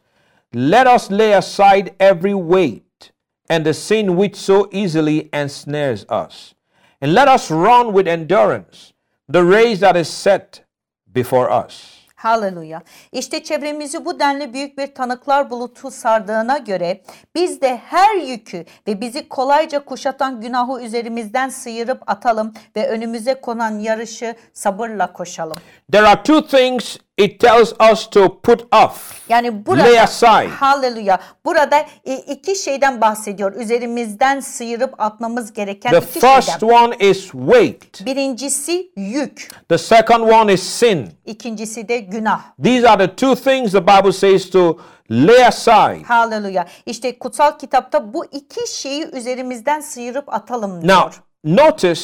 S1: let us lay aside every weight and the sin which so easily ensnares us and let us run with endurance the race that is set before us.
S2: Haleluya. İşte çevremizi bu denli büyük bir tanıklar bulutu sardığına göre biz de her yükü ve bizi kolayca kuşatan günahı üzerimizden sıyırıp atalım ve önümüze konan yarışı sabırla koşalım.
S1: There are two things it tells us to put off.
S2: Yani burada
S1: Lay aside.
S2: Haleluya. Burada e, iki şeyden bahsediyor. Üzerimizden sıyırıp atmamız gereken
S1: The
S2: iki
S1: first
S2: şeyden.
S1: one is weight.
S2: Birincisi yük,
S1: The second one is sin.
S2: ikincisi de günah.
S1: These are the two things the Bible says to lay aside.
S2: Haleluya. İşte kutsal kitapta bu iki şeyi üzerimizden sıyırıp atalım diyor.
S1: Now, notice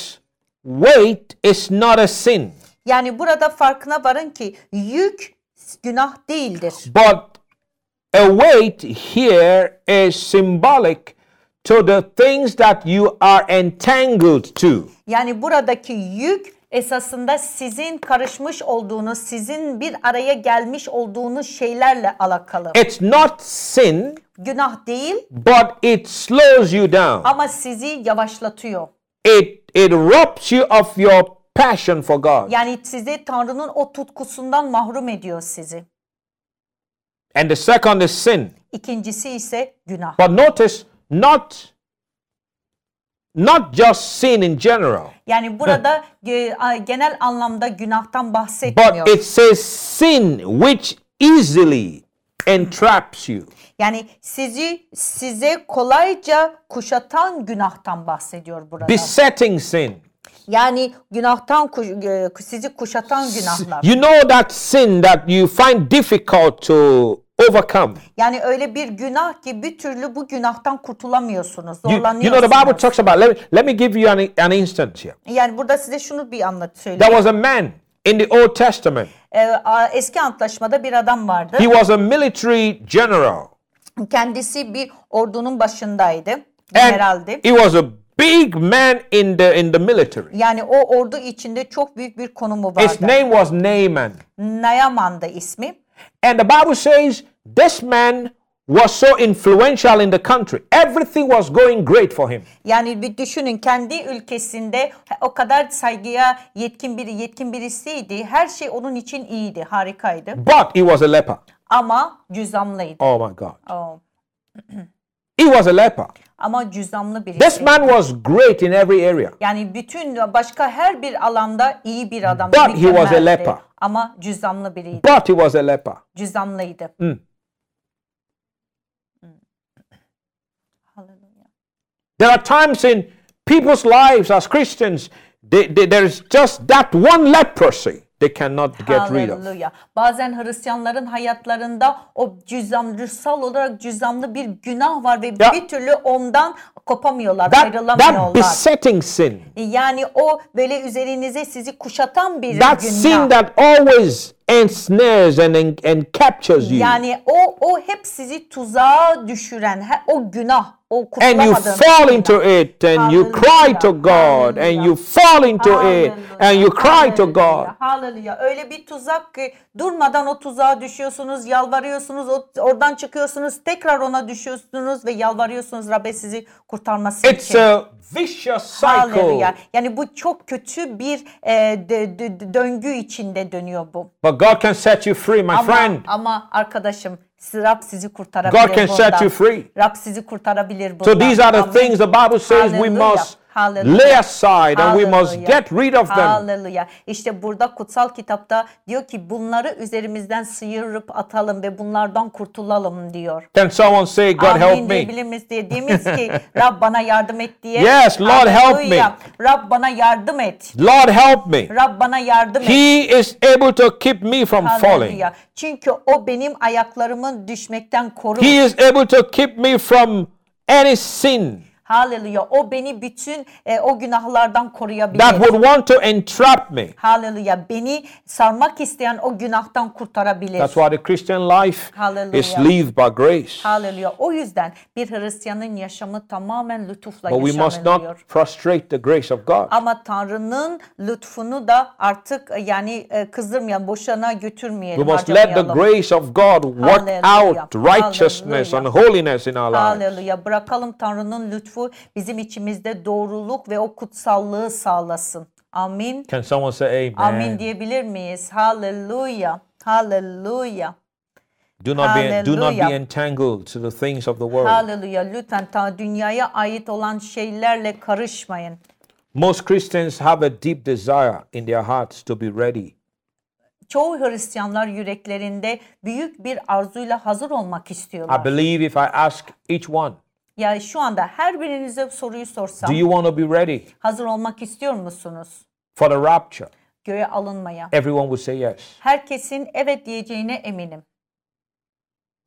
S1: weight is not a sin,
S2: Yani burada farkına varın ki yük günah değildir.
S1: but a weight here is symbolic to the things that you are entangled to.
S2: Yani buradaki yük esasında sizin karışmış olduğunuz, sizin bir araya gelmiş olduğunuz şeylerle alakalı.
S1: It's not sin,
S2: Günah değil
S1: but it slows you down.
S2: ama sizi yavaşlatıyor.
S1: It it robs you of your passion for God.
S2: Yani sizi Tanrı'nın o tutkusundan mahrum ediyor sizi.
S1: And the second is sin.
S2: İkincisi ise günah.
S1: But notice not not just sin in general,
S2: Yani burada e, a- genel anlamda günahtan
S1: but
S2: bahsetmiyor.
S1: it says sin which easily entraps you.
S2: Yani sizi size kolayca kuşatan günahtan bahsediyor burada.
S1: Besetting sin.
S2: yani günahtan kuş- e, sizi kuşatan günahlar.
S1: You know that sin that you find difficult to overcome.
S2: Yani öyle bir günah ki bir türlü bu günahtan kurtulamıyorsunuz.
S1: You, you know the Bible
S2: Zorlanıyorsunuz.
S1: talks about let me, let me give you an, an instance here.
S2: Yani burada size şunu bir anlat
S1: There
S2: söyleyeyim.
S1: was a man in the Old Testament.
S2: Ee, a- eski antlaşmada bir adam vardı.
S1: He was a military general.
S2: Kendisi bir ordunun başındaydı. Generaldi.
S1: And he was a big man in the in the military.
S2: Yani o ordu içinde çok büyük bir konumu
S1: His
S2: vardı.
S1: name was Naaman.
S2: Nayaman'da ismi.
S1: And the Bible says this man was so influential in the country. Everything was going great for him.
S2: Yani bir düşünün kendi ülkesinde o kadar saygıya yetkin biri yetkin birisiydi. Her şey onun için iyiydi, harikaydı.
S1: But he was a leper.
S2: Ama cüzamlıydı.
S1: Oh my God.
S2: Oo.
S1: He was a leper.
S2: Ama cüzamlı birisi.
S1: This man was great in every area.
S2: Yani bütün başka her bir alanda iyi bir adamdı.
S1: But he was a
S2: mükemmeldi.
S1: leper.
S2: Ama cüzamlı biriydi.
S1: But he was a leper.
S2: Cüzamlıydı. Hmm.
S1: Hmm.
S2: Hallelujah.
S1: There are times in people's lives as Christians, they, they, there is just that one leprosy they cannot get rid of.
S2: Hallelujah. Bazen Hristiyanların hayatlarında o cüzam, ruhsal olarak cüzamlı bir günah var ve
S1: Ya-
S2: bir türlü ondan kopamıyorlar,
S1: That, that
S2: ayrılamıyorlar. E,
S1: besetting sin,
S2: yani o böyle üzerinize sizi kuşatan bir
S1: that
S2: günah.
S1: sin that always ensnares and, and, and captures you.
S2: yani o o hep sizi tuzağa düşüren he- o günah, o
S1: and you
S2: kurtulamadığınız
S1: fall
S2: günah.
S1: into it and you cry to
S2: Hallelujah.
S1: God and you fall into it and you cry to God.
S2: Hallelujah. Öyle bir tuzak ki durmadan o tuzağa düşüyorsunuz, yalvarıyorsunuz, o- oradan çıkıyorsunuz, tekrar ona düşüyorsunuz ve yalvarıyorsunuz Rabbe sizi kurtarması
S1: It's
S2: için.
S1: a vicious cycle.
S2: Hallelujah. Yani bu çok kötü bir e, dö- dö- döngü içinde dönüyor bu.
S1: But God can set you free, my
S2: Ama,
S1: friend.
S2: ama arkadaşım Rab sizi kurtarabilir
S1: God can set
S2: bundan.
S1: you free.
S2: Rab sizi kurtarabilir bundan.
S1: So these are the
S2: Amin.
S1: things the Bible says we
S2: Hallelujah.
S1: must
S2: Hallelujah.
S1: lay aside and we must
S2: Hallelujah.
S1: get rid of them.
S2: Hallelujah. İşte burada kutsal kitapta diyor ki bunları üzerimizden sıyırıp atalım ve bunlardan kurtulalım diyor.
S1: Can someone say, God help
S2: Amin
S1: me?
S2: diyebilir miyiz dediğimiz ki Rab bana yardım et diye.
S1: Yes, Lord, help me.
S2: Hallelujah. Rab bana yardım et.
S1: Lord help me.
S2: Rab bana yardım et.
S1: He is able to keep me from falling.
S2: Hallelujah. Çünkü o benim ayaklarımın düşmekten korur.
S1: He is able to keep me from any sin.
S2: Hallelujah. O beni bütün e, o günahlardan
S1: that
S2: koruyabilir.
S1: would want to entrap me.
S2: Hallelujah. Beni sarmak isteyen o günahtan kurtarabilir.
S1: That's why the Christian life is
S2: Hallelujah.
S1: lived by grace.
S2: Hallelujah. O yüzden bir Hristiyanın yaşamı tamamen lütufla
S1: But we must
S2: yaşanıyor.
S1: not frustrate the grace of God.
S2: Ama Tanrı'nın lütfunu da artık e, yani e, kızdırmayan, boşana
S1: We
S2: götürmeyelim,
S1: must let the
S2: harcamayalım.
S1: grace of God work
S2: Hallelujah.
S1: out righteousness and
S2: Hallelujah.
S1: holiness in our lives.
S2: Hallelujah. Bırakalım Tanrı'nın lütfu bizim içimizde doğruluk ve o kutsallığı sağlasın. Amin.
S1: Can someone say
S2: Amin
S1: amen?
S2: diyebilir miyiz? Hallelujah. Hallelujah.
S1: Do not be do not be
S2: Hallelujah.
S1: entangled to the things of the world.
S2: Hallelujah. Lütfen ta dünyaya ait olan şeylerle karışmayın.
S1: Most Christians have a deep desire in their hearts to be ready.
S2: Çoğu Hristiyanlar yüreklerinde büyük bir arzuyla hazır
S1: I
S2: olmak istiyorlar.
S1: believe if I ask each one,
S2: Ya şu anda her birinize soruyu sorsam
S1: do you want to be ready
S2: hazır olmak istiyor musunuz?
S1: for the rapture?
S2: Göğe alınmaya.
S1: Everyone will say yes.
S2: Herkesin evet diyeceğine eminim.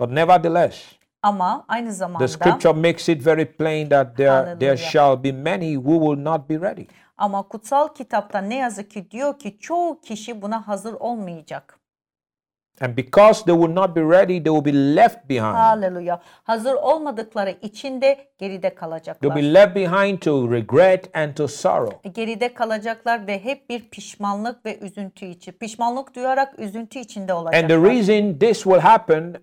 S1: But nevertheless,
S2: Ama aynı
S1: the
S2: zamanda
S1: scripture makes it very plain that there, there
S2: Hallelujah.
S1: shall be many who will not be ready.
S2: ama kutsal kitapta ne yazık ki diyor ki çoğu kişi buna hazır olmayacak.
S1: And because they will not be ready, they will be left behind.
S2: Haleluya. Hazır olmadıkları için de geride
S1: They'll be
S2: kalacaklar. E,
S1: left behind to regret and to sorrow.
S2: Geride kalacaklar ve hep bir pişmanlık ve üzüntü içi. Pişmanlık duyarak üzüntü içinde
S1: And the
S2: olacaklar.
S1: reason this will happen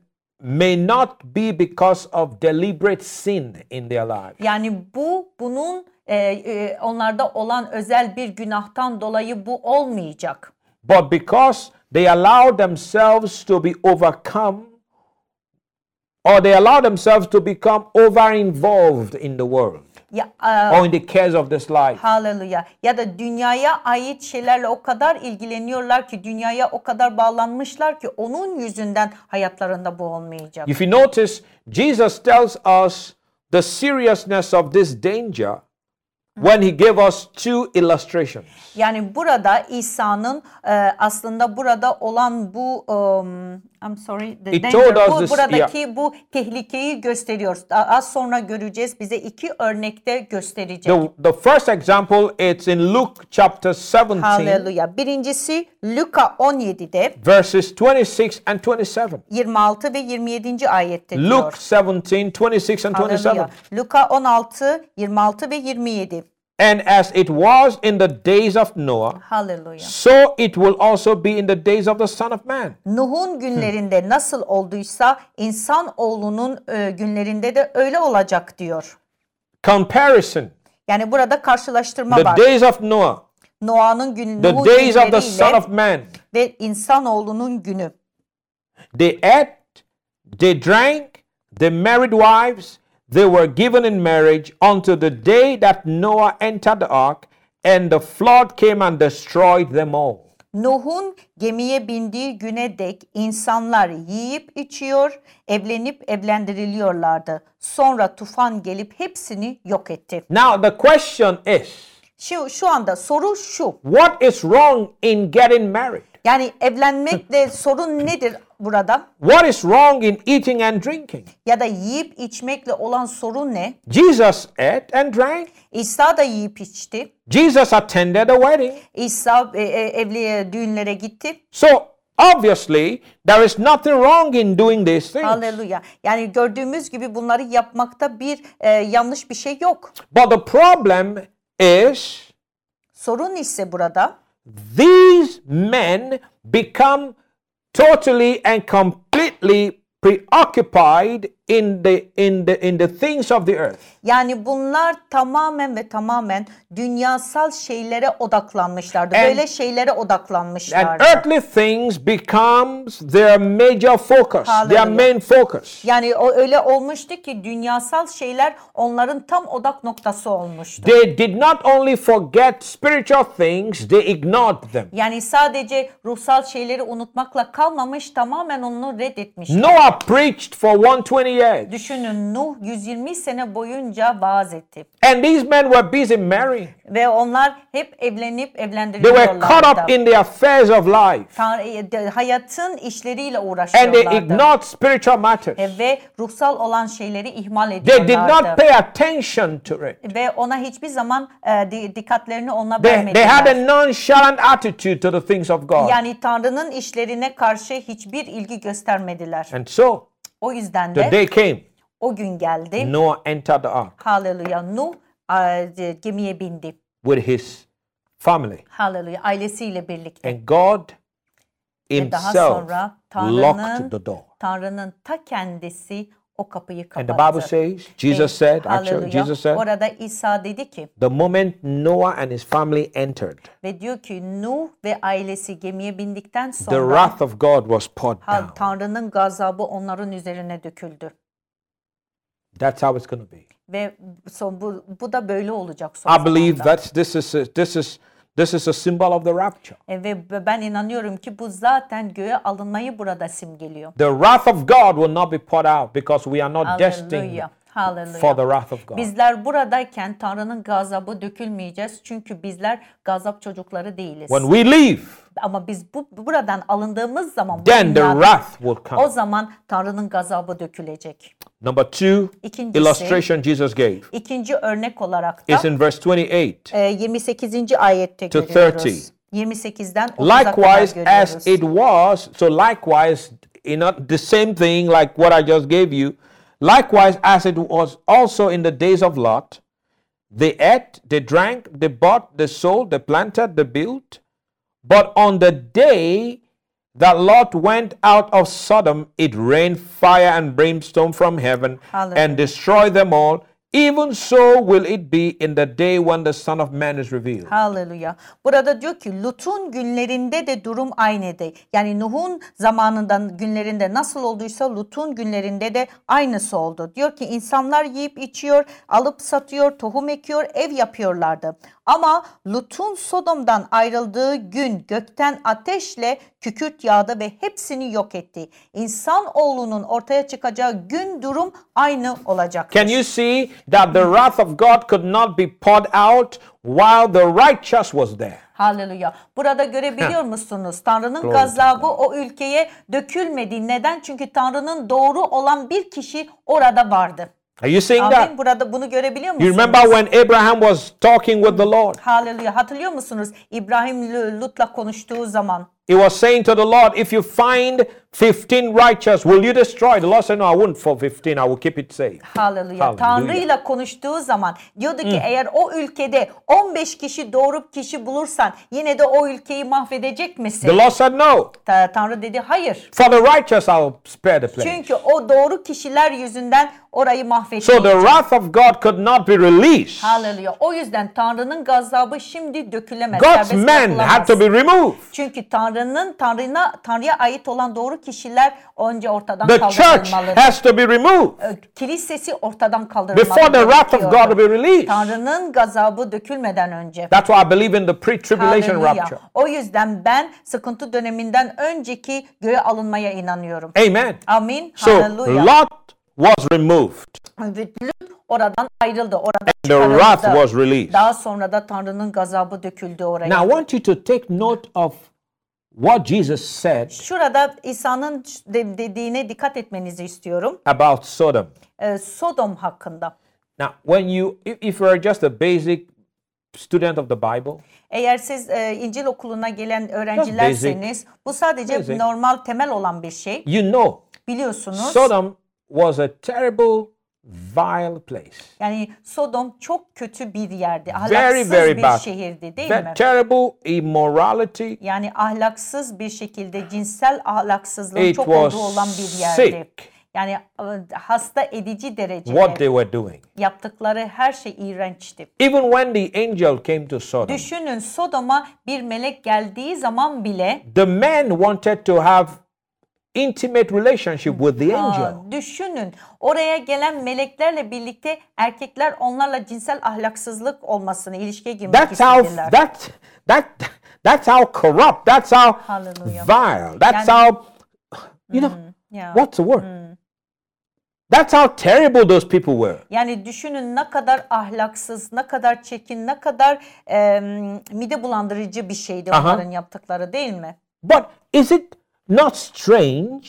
S1: may not be because of deliberate sin in their life.
S2: Yani bu bunun e, e, onlarda olan özel bir günahtan dolayı bu olmayacak.
S1: but because they allow themselves to be overcome or they allow themselves to become over involved in the world
S2: Ya, e,
S1: or in the cares of this life.
S2: Haleluya. Ya da dünyaya ait şeylerle o kadar ilgileniyorlar ki dünyaya o kadar bağlanmışlar ki onun yüzünden hayatlarında bu olmayacak.
S1: If you notice, Jesus tells us the seriousness of this danger when he gave us two illustrations.
S2: Yani burada İsa'nın e, aslında burada olan bu um, I'm sorry the
S1: It
S2: danger,
S1: told us
S2: bu,
S1: this-
S2: buradaki bu tehlikeyi gösteriyor. A- Az sonra göreceğiz. Bize iki örnekte gösterecek.
S1: The, the first example it's in Luke chapter 17
S2: Haleluya. Birincisi Luka 17'de
S1: verses 26 and 27.
S2: 26 ve 27. ayette diyor.
S1: Luke 17 26 and 27.
S2: Haleluya. Luka 16, 26 ve 27.
S1: And as it was in the days of Noah,
S2: Haleluya.
S1: so it will also be in the days of the Son of Man.
S2: Nuh'un günlerinde nasıl olduysa insan oğlunun e, günlerinde de öyle olacak diyor.
S1: Comparison
S2: Yani burada karşılaştırma
S1: the
S2: var.
S1: days of Noah,
S2: Noah'nın günü,
S1: the
S2: Nuh
S1: days of the Son
S2: günleriyle
S1: of Man.
S2: ve insanoğlunun günü.
S1: They ate, they drank, they married wives, they were given in marriage until the day that Noah entered the ark and the flood came and destroyed them all.
S2: Nuh'un gemiye bindiği güne dek insanlar yiyip içiyor, evlenip evlendiriliyorlardı. Sonra tufan gelip hepsini yok etti.
S1: Now, the question is
S2: Şu, şu anda soru şu.
S1: what is wrong in getting married?
S2: Yani evlenmekle sorun nedir burada?
S1: What is wrong in eating and drinking?
S2: Ya da yiyip içmekle olan sorun ne?
S1: Jesus ate and drank.
S2: İsa da yiyip içti.
S1: Jesus attended a wedding.
S2: İsa e, e, evliye düğünlere gitti.
S1: So obviously, there is nothing wrong in doing these things.
S2: Haleluya. Yani gördüğümüz gibi bunları yapmakta bir e, yanlış bir şey yok.
S1: But the problem is
S2: Sorun ise burada
S1: these men become totally and completely preoccupied in the in the in the things of the earth.
S2: yani bunlar tamamen ve tamamen dünyasal şeylere odaklanmışlardı.
S1: And-
S2: Böyle şeylere
S1: And
S2: odaklanmışlardı.
S1: earthly things becomes their major focus, their
S2: Hallelujah.
S1: main focus.
S2: Yani o öyle olmuştu ki dünyasal şeyler onların tam odak noktası olmuştu.
S1: They did not only forget spiritual things, they ignored them.
S2: Yani sadece ruhsal şeyleri unutmakla kalmamış tamamen onu reddetmiş.
S1: Noah preached for 120 years.
S2: Düşünün Nuh 120 sene boyunca vaaz etti.
S1: And these men were busy marrying.
S2: Ve onlar hep evlenip
S1: They were caught up
S2: evlendiriliyorlardı.
S1: in the affairs of life
S2: Tan- e, hayatın işleriyle
S1: and they
S2: uğraşıyorlardı.
S1: ignored spiritual matters.
S2: E, Ve ruhsal olan şeyleri ihmal
S1: They did not
S2: ediyorlardı.
S1: pay attention to it.
S2: Ve ona hiçbir zaman e, di- dikkatlerini ona
S1: They, they had
S2: vermediler.
S1: a nonchalant attitude to the things of God.
S2: Yani Tanrı'nın işlerine karşı hiçbir ilgi göstermediler.
S1: And so
S2: O yüzden
S1: the
S2: de
S1: day came,
S2: o gün geldi.
S1: Noah entered the ark
S2: Haleluya. Nuh e, gemiye bindi.
S1: with his family.
S2: Haleluya. Ailesiyle birlikte.
S1: And God
S2: Ve daha
S1: Himself
S2: sonra
S1: locked the
S2: Tanrı'nın
S1: door.
S2: Tanrı'nın ta kendisi o kapıyı
S1: And the Bible
S2: kapattı.
S1: says, Jesus
S2: Ve
S1: said, actually,
S2: haleluya,
S1: Jesus said,
S2: Orada İsa dedi ki
S1: the moment Noah and his family entered,
S2: ve diyor ki Nuh ve ailesi gemiye bindikten
S1: the
S2: sonra
S1: wrath of God was poured
S2: ha-
S1: down.
S2: Tanrı'nın gazabı onların üzerine döküldü.
S1: That's how it's going to be.
S2: Ve son bu, bu da böyle olacak son
S1: I believe
S2: zamanda.
S1: that this is a, this is this is a symbol of the rapture.
S2: E, ve b- ben inanıyorum ki bu zaten göğe alınmayı burada simgeliyor.
S1: The wrath of God will not be poured out because we are not destined
S2: Haleluya.
S1: for
S2: Haleluya.
S1: the wrath of God.
S2: Bizler buradayken Tanrı'nın gazabı dökülmeyeceğiz çünkü bizler gazap çocukları değiliz.
S1: When we leave,
S2: Ama biz bu buradan alındığımız zaman bu
S1: then the
S2: dünyadan,
S1: wrath will
S2: o
S1: come.
S2: zaman Tanrı'nın gazabı dökülecek.
S1: Number two
S2: İkincisi,
S1: illustration Jesus gave
S2: ikinci örnek olarak
S1: is
S2: da
S1: in verse 28.
S2: e, 28. ayette
S1: To
S2: görüyoruz.
S1: 30.
S2: 28'den 30'a kadar
S1: Likewise, as
S2: görüyoruz.
S1: it was, so likewise, in a, the same thing like what I just gave you, likewise, as it was also in the days of Lot, they ate, they drank, they bought, they sold, they planted, they built. But on the day that Lot went out of Sodom, it rained fire and brimstone from heaven
S2: Hallelujah.
S1: and destroyed them all. Even so will it be in the day when the Son of Man is revealed.
S2: Haleluya. Burada diyor ki Lut'un günlerinde de durum aynıydı. Yani Nuh'un zamanından günlerinde nasıl olduysa Lut'un günlerinde de aynısı oldu. Diyor ki insanlar yiyip içiyor, alıp satıyor, tohum ekiyor, ev yapıyorlardı. Ama Lut'un Sodom'dan ayrıldığı gün gökten ateşle kükürt yağdı ve hepsini yok etti. İnsan oğlunun ortaya çıkacağı gün durum aynı olacak.
S1: Can you see that the wrath of God could not be poured out while the righteous was there?
S2: Haleluya. Burada görebiliyor musunuz? Tanrı'nın
S1: Glory to
S2: gazabı o ülkeye dökülmedi. Neden? Çünkü Tanrı'nın doğru olan bir kişi orada vardı.
S1: Are you seeing that?
S2: Amin. Burada bunu görebiliyor
S1: You
S2: musunuz?
S1: remember when Abraham was talking with the Lord?
S2: Haleluya. Hatırlıyor musunuz? İbrahim Lü- Lut'la konuştuğu zaman.
S1: He was saying to the Lord, If you find 15 righteous, will you destroy? The Lord said, No, I wouldn't for 15. I will keep it safe.
S2: Haleluya.
S1: Hallelujah.
S2: Tanrı'yla konuştuğu zaman diyordu ki eğer o ülkede 15 kişi doğru kişi bulursan yine de o ülkeyi mahvedecek misin?
S1: The Lord said, No.
S2: Ta- Tanrı dedi hayır.
S1: For the righteous, I'll spare the place.
S2: Çünkü o doğru kişiler yüzünden orayı mahvedecek.
S1: So the wrath of God could not be released.
S2: Hallelujah. O yüzden Tanrı'nın gazabı şimdi dökülemez.
S1: God's
S2: serbest
S1: men had
S2: bırakılamaz.
S1: to be removed.
S2: Çünkü Tanrı'nın Tanrı'na Tanrı'ya ait olan doğru kişiler önce ortadan
S1: The church
S2: kaldırılmalı.
S1: has to be removed
S2: Kilisesi ortadan kaldırılmalı.
S1: before the wrath of God will be
S2: gerekiyordu.
S1: released.
S2: Tanrı'nın gazabı dökülmeden önce.
S1: That's why I believe in the pre-tribulation
S2: Hallelujah.
S1: rapture.
S2: O yüzden ben sıkıntı döneminden önceki göğe alınmaya inanıyorum.
S1: Amen.
S2: Amin.
S1: So
S2: Hallelujah.
S1: Lot was removed
S2: Ve Lüt oradan ayrıldı. Oradan
S1: and the wrath
S2: çıkarıldı.
S1: was released.
S2: Daha sonra da Tanrı'nın gazabı döküldü oraya.
S1: Now I want you to take note of what Jesus said
S2: Şurada İsa'nın de- dediğine dikkat etmenizi istiyorum.
S1: about Sodom.
S2: Ee, Sodom hakkında.
S1: Now, when you if, if you're just a basic student of the Bible,
S2: Eğer siz e, İncil okuluna gelen öğrencilerseniz bu sadece
S1: basic.
S2: normal temel olan bir şey.
S1: you know
S2: Biliyorsunuz
S1: Sodom was a terrible, vile place.
S2: yani Sodom çok kötü bir yerdi.
S1: Very
S2: Ahlaksız
S1: very
S2: bir
S1: bad.
S2: şehirdi değil mi?
S1: That terrible immorality.
S2: Yani ahlaksız bir şekilde cinsel ahlaksızlığın
S1: It
S2: çok
S1: was
S2: olduğu olan bir yerdi.
S1: sick.
S2: Yani e, hasta edici derecede
S1: What they were doing.
S2: yaptıkları her şey iğrençti.
S1: Even when the angel came to Sodom,
S2: Düşünün Sodom'a bir melek geldiği zaman bile
S1: the men wanted to have intimate relationship with the
S2: aa,
S1: angel
S2: düşünün oraya gelen meleklerle birlikte erkekler onlarla cinsel ahlaksızlık olmasını ilişkiye girmek
S1: that's how
S2: istediler.
S1: that that that's how corrupt that's how
S2: Hallelujah. Mm-hmm.
S1: vile that's
S2: Yani-
S1: how you know
S2: Ya,
S1: what's the word That's how terrible those people were.
S2: Yani düşünün ne kadar ahlaksız, ne kadar çekin, ne kadar e, mide bulandırıcı bir şeydi
S1: Aha.
S2: onların yaptıkları değil mi?
S1: But is it not strange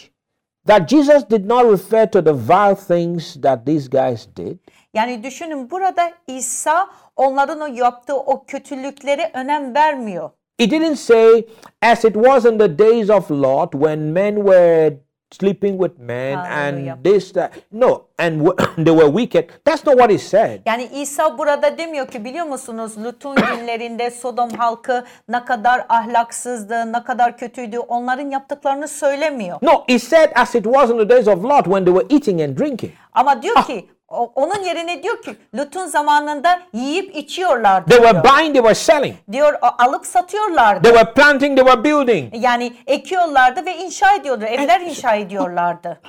S1: that Jesus did not refer to the vile things that these guys did?
S2: Yani düşünün burada İsa onların o yaptığı o kötülüklere önem vermiyor.
S1: He didn't say, as it was in the days of Lot when men were sleeping with men
S2: Hallelujah.
S1: and this, that. No, and w- they were wicked. That's not what he said.
S2: Yani İsa burada demiyor ki biliyor musunuz Lut'un günlerinde Sodom halkı ne kadar ahlaksızdı, ne kadar kötüydü onların yaptıklarını söylemiyor.
S1: No, he said, as it was in the days of Lot when they were eating and drinking.
S2: Ama
S1: Ah.
S2: diyor ki o- onun yerine diyor ki Lut'un zamanında yiyip içiyorlardı
S1: They were
S2: diyor.
S1: buying, they were selling.
S2: Diyor "A- alıp satıyorlardı.
S1: They were planting, they were building.
S2: Yani ekiyorlardı ve inşa ediyordu. Evler inşa ediyorlardı.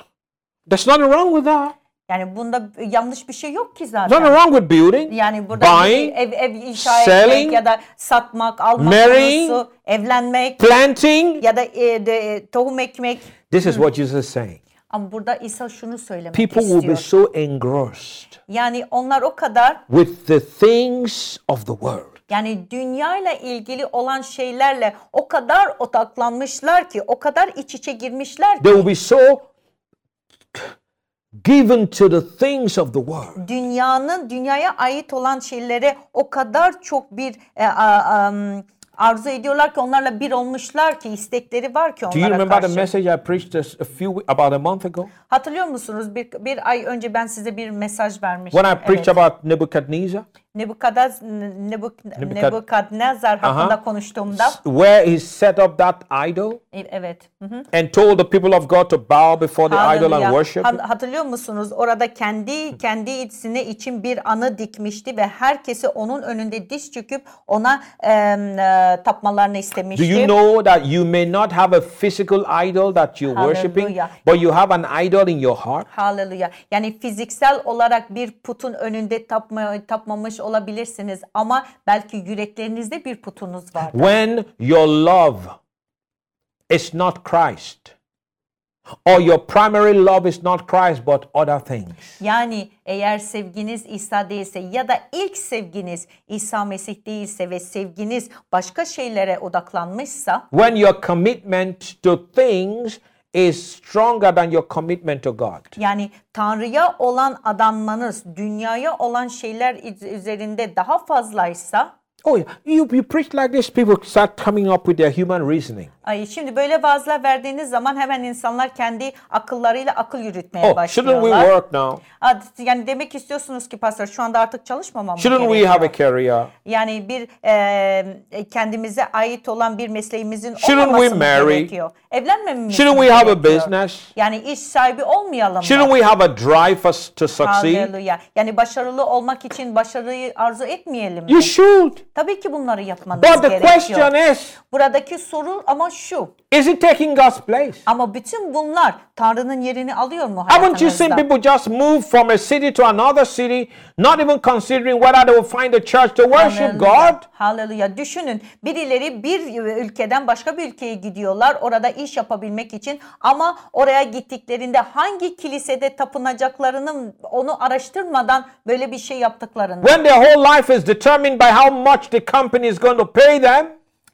S1: There's nothing wrong with that.
S2: Yani bunda yanlış bir şey yok ki
S1: Nothing
S2: zaten.
S1: wrong with building,
S2: Yani burada
S1: buying,
S2: ev ev inşa etmek
S1: selling,
S2: ya da satmak, almak,
S1: marrying,
S2: konusu, evlenmek
S1: planting.
S2: ya da e, de- e, tohum ekmek.
S1: This is what Jesus is saying.
S2: Ama burada İsa şunu söylemek
S1: People will be
S2: istiyor.
S1: so engrossed
S2: Yani onlar o kadar
S1: with the things of the world.
S2: yani dünyayla ilgili olan şeylerle o kadar odaklanmışlar ki, o kadar iç içe girmişler
S1: They
S2: ki
S1: will be so given to the things of the world.
S2: dünyanın dünyaya ait olan şeylere o kadar çok bir e, a- am, arzu ediyorlar ki onlarla bir olmuşlar ki istekleri var ki
S1: Do you
S2: onlara
S1: remember the
S2: karşı.
S1: message I preached this a few about a month ago
S2: Hatırlıyor musunuz bir, bir ay önce ben size bir mesaj vermiştim.
S1: when I preached
S2: evet.
S1: about Nebuchadnezzar,
S2: Nebukadnez- Nebuk- Nebukadnezar hakkında konuştuğumda
S1: where he set up that idol
S2: E- evet. Hı hı.
S1: and told the people of God to bow before the idol and
S2: Hallelujah.
S1: worship?
S2: Ha-
S1: it?
S2: Hatırlıyor musunuz? Orada kendi kendi içsine için bir anı dikmişti ve herkesi onun önünde diş çöküp ona em, e, tapmalarını
S1: Do
S2: istemişti.
S1: you know that you may not have a physical idol that you're worshiping,
S2: Hallelujah.
S1: but you have an idol in your heart?
S2: Hallelujah. Yani fiziksel olarak bir putun önünde tapma, tapmamış olabilirsiniz ama belki yüreklerinizde bir putunuz var.
S1: When your love is not Christ, or your primary love is not Christ but other things,
S2: Yani eğer sevginiz İsa değilse ya da ilk sevginiz İsa Mesih değilse ve sevginiz başka şeylere odaklanmışsa
S1: when your commitment to things is stronger than your commitment to God,
S2: yani Tanrı'ya olan adanmanız dünyaya olan şeyler üz- üzerinde daha fazlaysa
S1: oh, yeah, you, you preach like this, people start coming up with their human reasoning.
S2: Ay şimdi böyle vaazlar verdiğiniz zaman hemen insanlar kendi akıllarıyla akıl yürütmeye
S1: Oh, shouldn't we
S2: başlıyorlar.
S1: work now?
S2: Ad- Yani demek istiyorsunuz ki pastor şu anda artık çalışmamam mı
S1: Shouldn't we
S2: gerekiyor?
S1: have a career?
S2: Yani bir e, kendimize ait olan bir mesleğimizin
S1: Shouldn't we
S2: olmaması mı
S1: marry?
S2: gerekiyor? Evlenmememiz
S1: Shouldn't
S2: mi
S1: we have a
S2: gerekiyor?
S1: business?
S2: Yani iş sahibi olmayalım
S1: Shouldn't
S2: mı?
S1: we have a drive for, s- to succeed?
S2: Hallelujah. Yani başarılı olmak için başarıyı arzu etmeyelim mi?
S1: You should.
S2: Tabii ki bunları yapmanız
S1: But the
S2: gerekiyor.
S1: question is,
S2: Buradaki soru ama şu.
S1: is it taking God's place?
S2: Ama bütün bunlar Tanrı'nın yerini alıyor mu
S1: Haven't you seen
S2: hayatınızda?
S1: people just move from a city to another city, not even considering whether they will find a church to worship God?
S2: Hallelujah. Düşünün birileri bir ülkeden başka bir ülkeye gidiyorlar orada iş yapabilmek için ama oraya gittiklerinde hangi kilisede tapınacaklarının onu araştırmadan böyle bir şey yaptıklarını.
S1: When their whole life is determined by how much the company is going to pay them,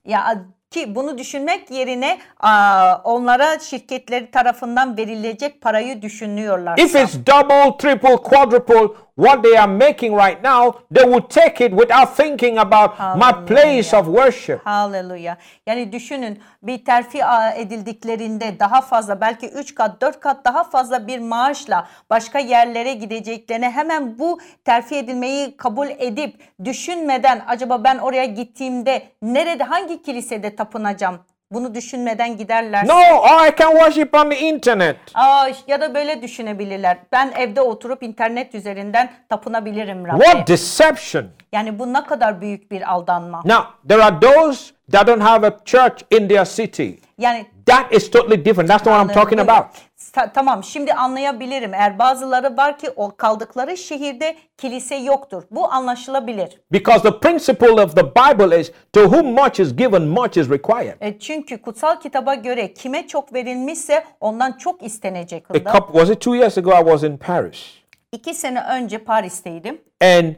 S2: Ya ki bunu düşünmek yerine aa, onlara şirketleri tarafından verilecek parayı düşünüyorlar.
S1: if it's double, triple, quadruple what they are making right now, they will take it without thinking about my place of worship.
S2: Hallelujah. Yani düşünün bir terfi a- edildiklerinde daha fazla belki 3 kat 4 kat daha fazla bir maaşla başka yerlere gideceklerine hemen bu terfi edilmeyi kabul edip düşünmeden acaba ben oraya gittiğimde nerede hangi kilisede tapınacağım bunu düşünmeden giderler.
S1: No, or I can worship on the internet.
S2: Aa, ya da böyle düşünebilirler. Ben evde oturup internet üzerinden tapınabilirim Rabbe.
S1: What deception!
S2: Yani bu ne kadar büyük bir aldanma.
S1: Now, there are those that don't have a church in their city.
S2: Yani
S1: That is totally different. That's not what I'm talking
S2: Anlıyorum.
S1: about.
S2: Ta- tamam şimdi anlayabilirim. Eğer bazıları var ki o kaldıkları şehirde kilise yoktur. Bu anlaşılabilir.
S1: Because the principle of the Bible is to whom much is given, much is required.
S2: E, çünkü kutsal kitaba göre kime çok verilmişse ondan çok istenecek.
S1: A
S2: Hında.
S1: couple, was it two years ago? I was in Paris
S2: İki sene önce Paris'teydim.
S1: and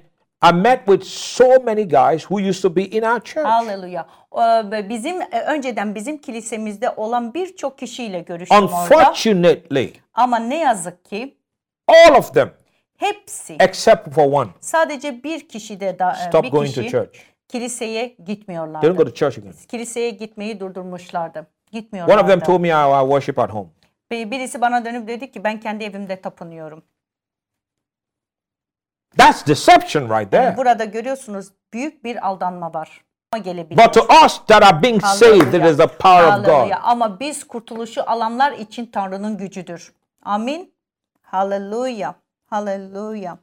S1: I met with so many guys who used to be in our church.
S2: Haleluya. Ee, Bizim e, önceden bizim kilisemizde olan birçok kişiyle görüştüm orada.
S1: Unfortunately,
S2: Ama ne yazık ki
S1: all of them
S2: hepsi
S1: except for one
S2: sadece bir kişi de da e,
S1: Stop
S2: bir
S1: going
S2: kişi
S1: to church.
S2: kiliseye
S1: they don't go
S2: gitmiyorlardı.
S1: to church again.
S2: Kiliseye gitmeyi durdurmuşlardı.
S1: One of them
S2: Gitmiyorlardı.
S1: told me I, I worship at home.
S2: Bir- Birisi bana dönüp dedi ki ben kendi evimde tapınıyorum.
S1: That's deception right there.
S2: Burada görüyorsunuz büyük bir aldanma var. Ama gelebilir.
S1: But to us that are being saved, it is the power of
S2: Haleluya.
S1: God.
S2: Ama biz kurtuluşu alanlar için Tanrı'nın gücüdür. Amin. Haleluya. Haleluya.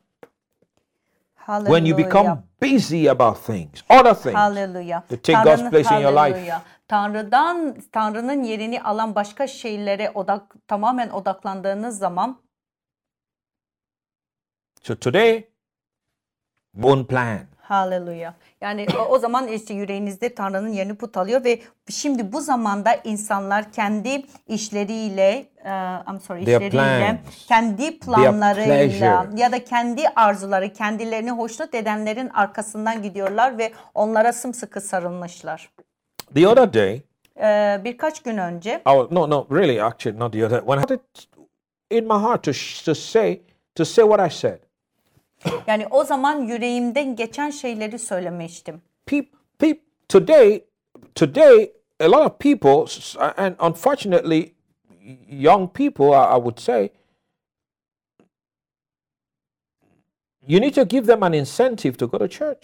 S2: Haleluya.
S1: When you become busy about things, other things,
S2: Haleluya.
S1: to take God's place in your
S2: haleluya.
S1: life.
S2: Tanrı'dan Tanrı'nın yerini alan başka şeylere odak tamamen odaklandığınız zaman
S1: So today, one plan.
S2: Haleluya. Yani o, o zaman işte yüreğinizde Tanrı'nın yerini put alıyor ve şimdi bu zamanda insanlar kendi işleriyle, eh, I'm sorry,
S1: Their
S2: işleriyle,
S1: plans,
S2: kendi
S1: pleasure.
S2: planlarıyla ya da kendi arzuları, kendilerini hoşnut edenlerin arkasından gidiyorlar ve onlara sımsıkı sarılmışlar.
S1: The other day,
S2: Eh, birkaç gün önce
S1: I was, no, no, really, actually, not the other. When I had it in my heart to, sh- to say, to say what I said,
S2: yani o zaman yüreğimden geçen şeyleri söylemiştim.
S1: peep, peep, today, today, a lot of people, s- s- and unfortunately, y- young people, I, I would say, you need to give them an incentive to go to church.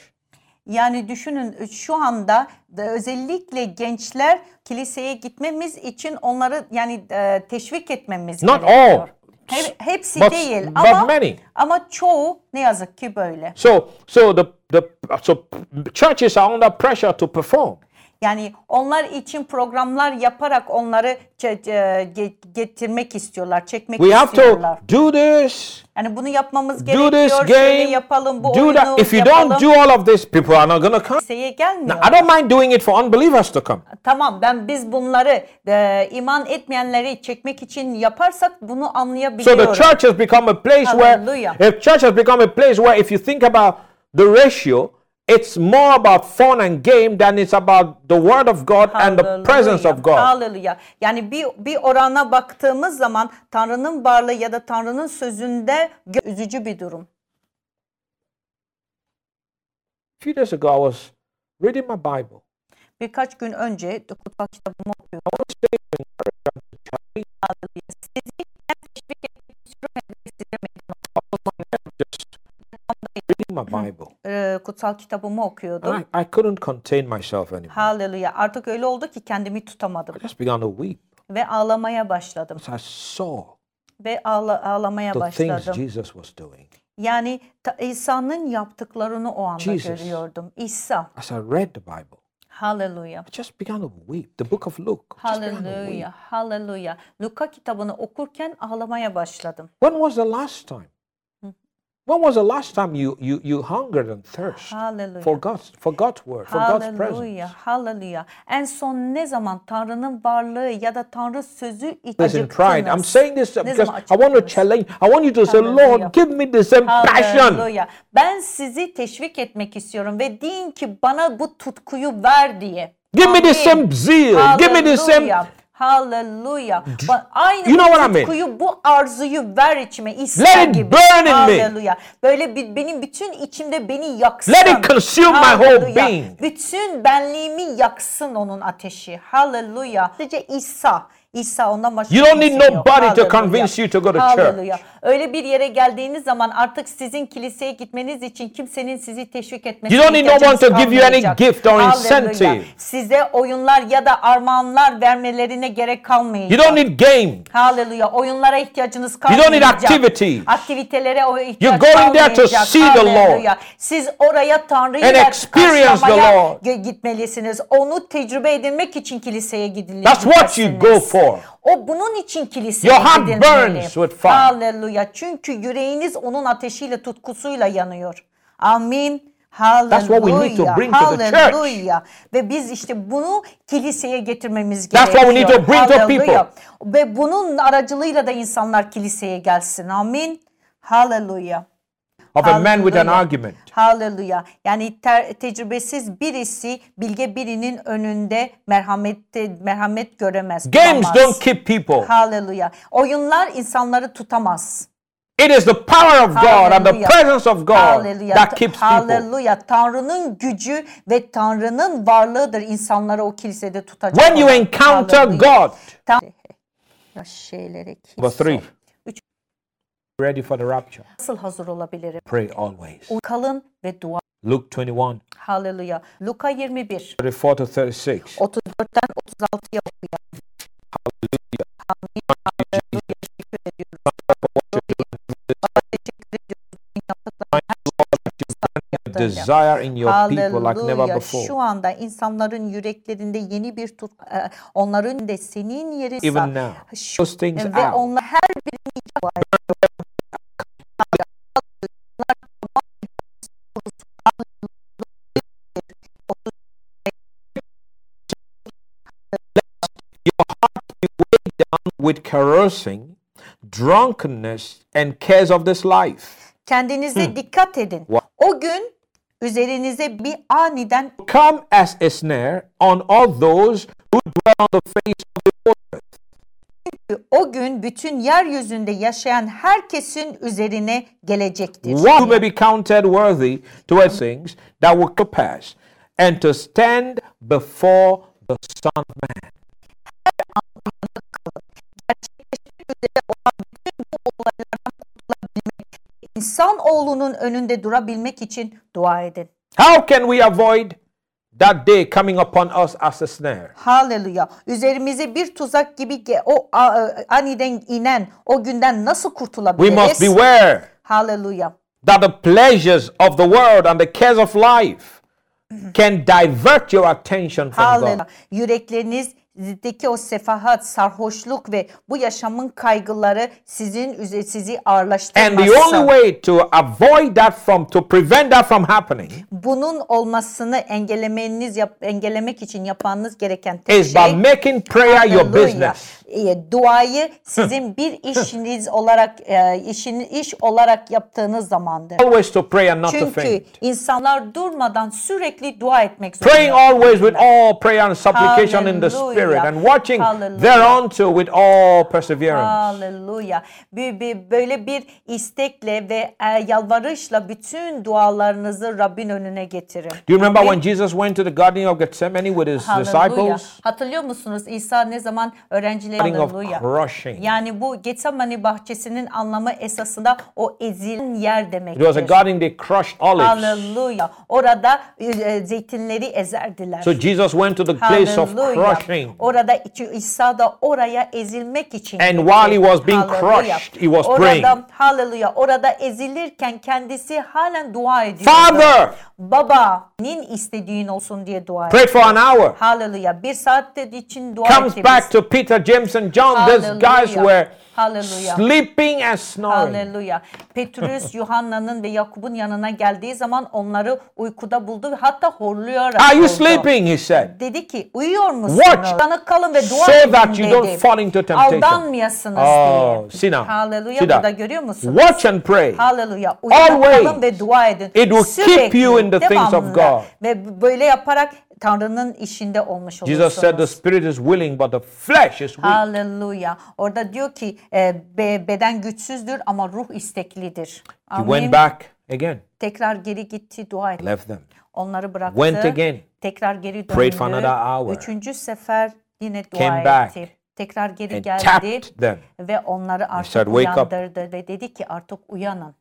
S2: Yani düşünün şu anda da özellikle gençler kiliseye gitmemiz için onları yani e, teşvik etmemiz
S1: Not
S2: gerekiyor.
S1: all.
S2: He- hepsi
S1: But-
S2: değil
S1: but
S2: ama
S1: many.
S2: ama çoğu ne yazık ki böyle.
S1: So, so the the so churches are under pressure to perform.
S2: Yani onlar için programlar yaparak onları çe- çe- ge- getirmek istiyorlar, çekmek
S1: We have
S2: istiyorlar.
S1: to do this,
S2: Yani bunu yapmamız
S1: do this
S2: gerekiyor. Şöyle
S1: game,
S2: yapalım, bu
S1: do
S2: oyunu
S1: that. If you
S2: yapalım.
S1: don't do all of this, people are not going to come.
S2: kiliseye gelmiyor.
S1: I don't mind doing it for unbelievers to come.
S2: Tamam ben biz bunları e, iman etmeyenleri çekmek için yaparsak bunu
S1: So
S2: anlayabiliyorum.
S1: the church has become a place
S2: Hallelujah.
S1: where if church has become a place where if you think about the ratio, it's more about fun and game than it's about the word of God and the presence of God.
S2: Hallelujah. Yani bir bir orana baktığımız zaman Tanrı'nın varlığı ya da Tanrı'nın sözünde gö- üzücü bir durum.
S1: A few days ago, I was reading my Bible.
S2: Birkaç gün önce kutsal kitabımı okuyorum. Hallelujah. Sizi hem teşvik etmek istiyorum hem de size meydan
S1: Just reading my Bible.
S2: okuyorum. Ee, kutsal kitabımı okuyordum.
S1: And I, I couldn't contain myself anymore.
S2: Hallelujah. Artık öyle oldu ki kendimi tutamadım
S1: I just began to weep
S2: ve ağlamaya başladım.
S1: as I saw
S2: ve ağla, ağlamaya
S1: the things
S2: başladım.
S1: Jesus was doing.
S2: Yani ta- İsa'nın yaptıklarını o anda
S1: Jesus.
S2: görüyordum. İsa.
S1: As I read the Bible,
S2: Hallelujah.
S1: I just began to weep. The book of Luke. I just began to weep.
S2: Hallelujah. Hallelujah. Luka kitabını okurken ağlamaya başladım.
S1: When was the last time?
S2: Hmm.
S1: When was the last time you you you hungered and thirst
S2: Hallelujah.
S1: for God's for God's word, for God's
S2: Hallelujah.
S1: presence?
S2: Hallelujah. En son ne zaman Tanrı'nın varlığı ya da Tanrı sözü için
S1: Listen, pride. I'm saying this
S2: Ne
S1: because
S2: zaman
S1: I want to
S2: acıktınız?
S1: challenge. I want you to say,
S2: Hallelujah.
S1: Lord, give me the same passion.
S2: Hallelujah. Ben sizi teşvik etmek istiyorum ve deyin ki bana bu tutkuyu ver diye.
S1: Give me the
S2: Amin.
S1: same zeal. Give me the same.
S2: Hallelujah. Hallelujah. Ba- Aynı
S1: You know
S2: bu
S1: what I mean?
S2: tutkuyu, bu arzuyu ver içime. İsa
S1: Let it
S2: gibi.
S1: burn in me.
S2: Hallelujah. Böyle bir- benim bütün içimde beni yaksın.
S1: Let it consume my whole
S2: Hallelujah.
S1: being.
S2: Bütün benliğimi yaksın onun ateşi. Hallelujah. Sadece İsa. İsa ondan başka
S1: You don't need
S2: kimse yok.
S1: nobody to
S2: Hallelujah.
S1: convince you to go to
S2: Hallelujah.
S1: church.
S2: Öyle bir yere geldiğiniz zaman artık sizin kiliseye gitmeniz için kimsenin sizi teşvik etmesi
S1: You don't need no one to give you any gift or incentive.
S2: Size oyunlar ya da armağanlar vermelerine gerek kalmayacak.
S1: You don't need game.
S2: Hallelujah. Oyunlara ihtiyacınız
S1: don't
S2: kalmayacak.
S1: need activities.
S2: Aktivitelere o ihtiyaç
S1: You're going there
S2: kalmayacak.
S1: to see the Lord.
S2: Hallelujah. Siz oraya Tanrı'yı
S1: And
S2: ile
S1: experience the
S2: karşılamaya
S1: Lord.
S2: ge- gitmelisiniz. Onu tecrübe edinmek için kiliseye gidilir.
S1: That's what you go for.
S2: O bunun için kiliseye
S1: Your heart
S2: gidilmeli.
S1: burns with fire.
S2: Hallelujah. Çünkü yüreğiniz onun ateşiyle tutkusuyla yanıyor. Amin. Hallelujah.
S1: what we need to bring to the church.
S2: Hallelujah. Ve biz işte bunu kiliseye getirmemiz
S1: That's what we need to
S2: gerekiyor.
S1: bring to
S2: Hallelujah.
S1: people.
S2: Ve bunun aracılığıyla da insanlar kiliseye gelsin. Amin. Hallelujah.
S1: Of a man with an
S2: Hallelujah.
S1: argument.
S2: Hallelujah. Yani ter- tecrübesiz birisi bilge birinin önünde merhamette merhamet göremez.
S1: Games
S2: tutamaz.
S1: don't keep people.
S2: Hallelujah. Oyunlar insanları tutamaz.
S1: It is the power of God and the
S2: Hallelujah.
S1: presence of God
S2: Hallelujah.
S1: that keeps people.
S2: Hallelujah. Tanrı'nın gücü ve Tanrı'nın varlığıdır insanları o kilisede tutacak.
S1: When you
S2: olan.
S1: encounter
S2: Hallelujah.
S1: God.
S2: Tan- Ya şeylere kilise-
S1: Number three.
S2: Üç.
S1: Ready for the rapture.
S2: Nasıl hazır olabilirim?
S1: Pray always.
S2: O kalın ve dua.
S1: Luke 21,
S2: Hallelujah. Luka 21.
S1: 34 to 36.
S2: 34'ten 36'ya okuyalım.
S1: Desire in your people like never
S2: Hallelujah. Şu
S1: before.
S2: anda insanların yüreklerinde yeni bir tut e, onların de senin yerin
S1: Even now.
S2: Şu
S1: Those things
S2: ve
S1: out.
S2: onlar her birini dua ediyor.
S1: with carousing, drunkenness, and cares of this life.
S2: Kendinize dikkat edin. O gün üzerinize bir aniden
S1: Come as a snare on all those who dwell on the face of the earth.
S2: o gün bütün yeryüzünde yaşayan herkesin üzerine gelecektir.
S1: One who may be counted worthy to his things that will come to pass, and to stand before the Son of Man.
S2: İnsan oğlunun önünde durabilmek için dua edin.
S1: How can we avoid that day coming upon us as a snare?
S2: Hallelujah. Üzerimize bir tuzak gibi ge- o a- a- aniden inen o günden
S1: We
S2: nasıl
S1: must
S2: kurtulabiliriz?
S1: beware
S2: Hallelujah.
S1: that the pleasures of the world and the cares of life can divert your attention from God.
S2: Mm-hmm. Hallelujah. Yüreklerinizdeki o sefahat, sarhoşluk ve bu yaşamın kaygıları sizin üze- sizi
S1: And the only
S2: ağırlaştırmazsa
S1: way to avoid that from, to prevent that from happening,
S2: bunun olmasını engellemeniz yap- engellemek için yapmanız gereken tek
S1: is by
S2: şey
S1: making prayer your
S2: Hallelujah.
S1: business.
S2: E, Duayı sizin bir işiniz olarak e, işin iş olarak yaptığınız zamandır.
S1: Always to pray and not to
S2: Çünkü
S1: faint.
S2: insanlar durmadan sürekli dua etmek zorunda.
S1: Praying always with all prayer and supplication in the Spirit,
S2: Hallelujah.
S1: and watching
S2: Hallelujah. Ah.
S1: thereunto with all perseverance.
S2: Hallelujah. Bir, bir- böyle bir istekle ve e, yalvarışla bütün dualarınızı Rabbin önüne getirin.
S1: Do you remember when Jesus went to the Garden of Gethsemane with his
S2: Hallelujah.
S1: disciples?
S2: Hatırlıyor musunuz İsa ne zaman öğrencileri
S1: Garden of
S2: Hallelujah.
S1: crushing.
S2: Yani bu Getsemani bahçesinin anlamı esasında o ezilen yer
S1: It was a
S2: demektir.
S1: garden they crushed olives.
S2: Hallelujah. Orada e, zeytinleri ezerdiler.
S1: So Jesus went to the place of
S2: Hallelujah. Oh,
S1: crushing.
S2: Orada içi- İsa da oraya ezilmek için.
S1: And
S2: gitti.
S1: while he was being
S2: Hallelujah.
S1: crushed, he was
S2: orada,
S1: praying.
S2: Hallelujah. Orada ezilirken kendisi halen dua ediyor.
S1: Father!
S2: Baba, nin istediğin olsun diye dua ediyor.
S1: Prayed for an hour.
S2: Hallelujah. Bir saat dedi için dua
S1: Comes
S2: etti
S1: back
S2: biz.
S1: to Peter, James, and John. These guys
S2: Hallelujah.
S1: were
S2: Hallelujah.
S1: sleeping and snoring.
S2: Hallelujah. Petrus, Yuhanna'nın ve Yakup'un yanına geldiği zaman onları uykuda buldu ve hatta horluyarak
S1: Are you
S2: buldu.
S1: sleeping? He said.
S2: Dedi ki uyuyor musunuz?
S1: Watch
S2: Uyanık kalın ve dua
S1: so
S2: edin
S1: that you
S2: dedi.
S1: don't fall into temptation.
S2: Aldanmayasınız
S1: Oh,
S2: diye.
S1: see now.
S2: Hallelujah.
S1: See that.
S2: Burada görüyor musunuz?
S1: Watch and pray.
S2: Hallelujah. Uyanık
S1: Always.
S2: kalın ve dua edin.
S1: It will keep you in the things of
S2: devamlı
S1: God.
S2: Ve böyle yaparak Tanrı'nın işinde olmuş olursunuz.
S1: Jesus said the spirit is willing, but the flesh is weak.
S2: Hallelujah. Orada diyor ki e, be- beden güçsüzdür ama ruh isteklidir.
S1: He
S2: Amin.
S1: went back again,
S2: Tekrar geri gitti dua etti.
S1: left them.
S2: Onları bıraktı.
S1: Went again.
S2: Tekrar geri döndü.
S1: Prayed for another hour.
S2: Üçüncü sefer yine dua
S1: Came
S2: etti.
S1: back.
S2: tekrar geri
S1: and
S2: geldi
S1: tapped them
S2: ve onları artık
S1: said, "Wake up."
S2: uyandırdı ve dedi ki artık uyanın.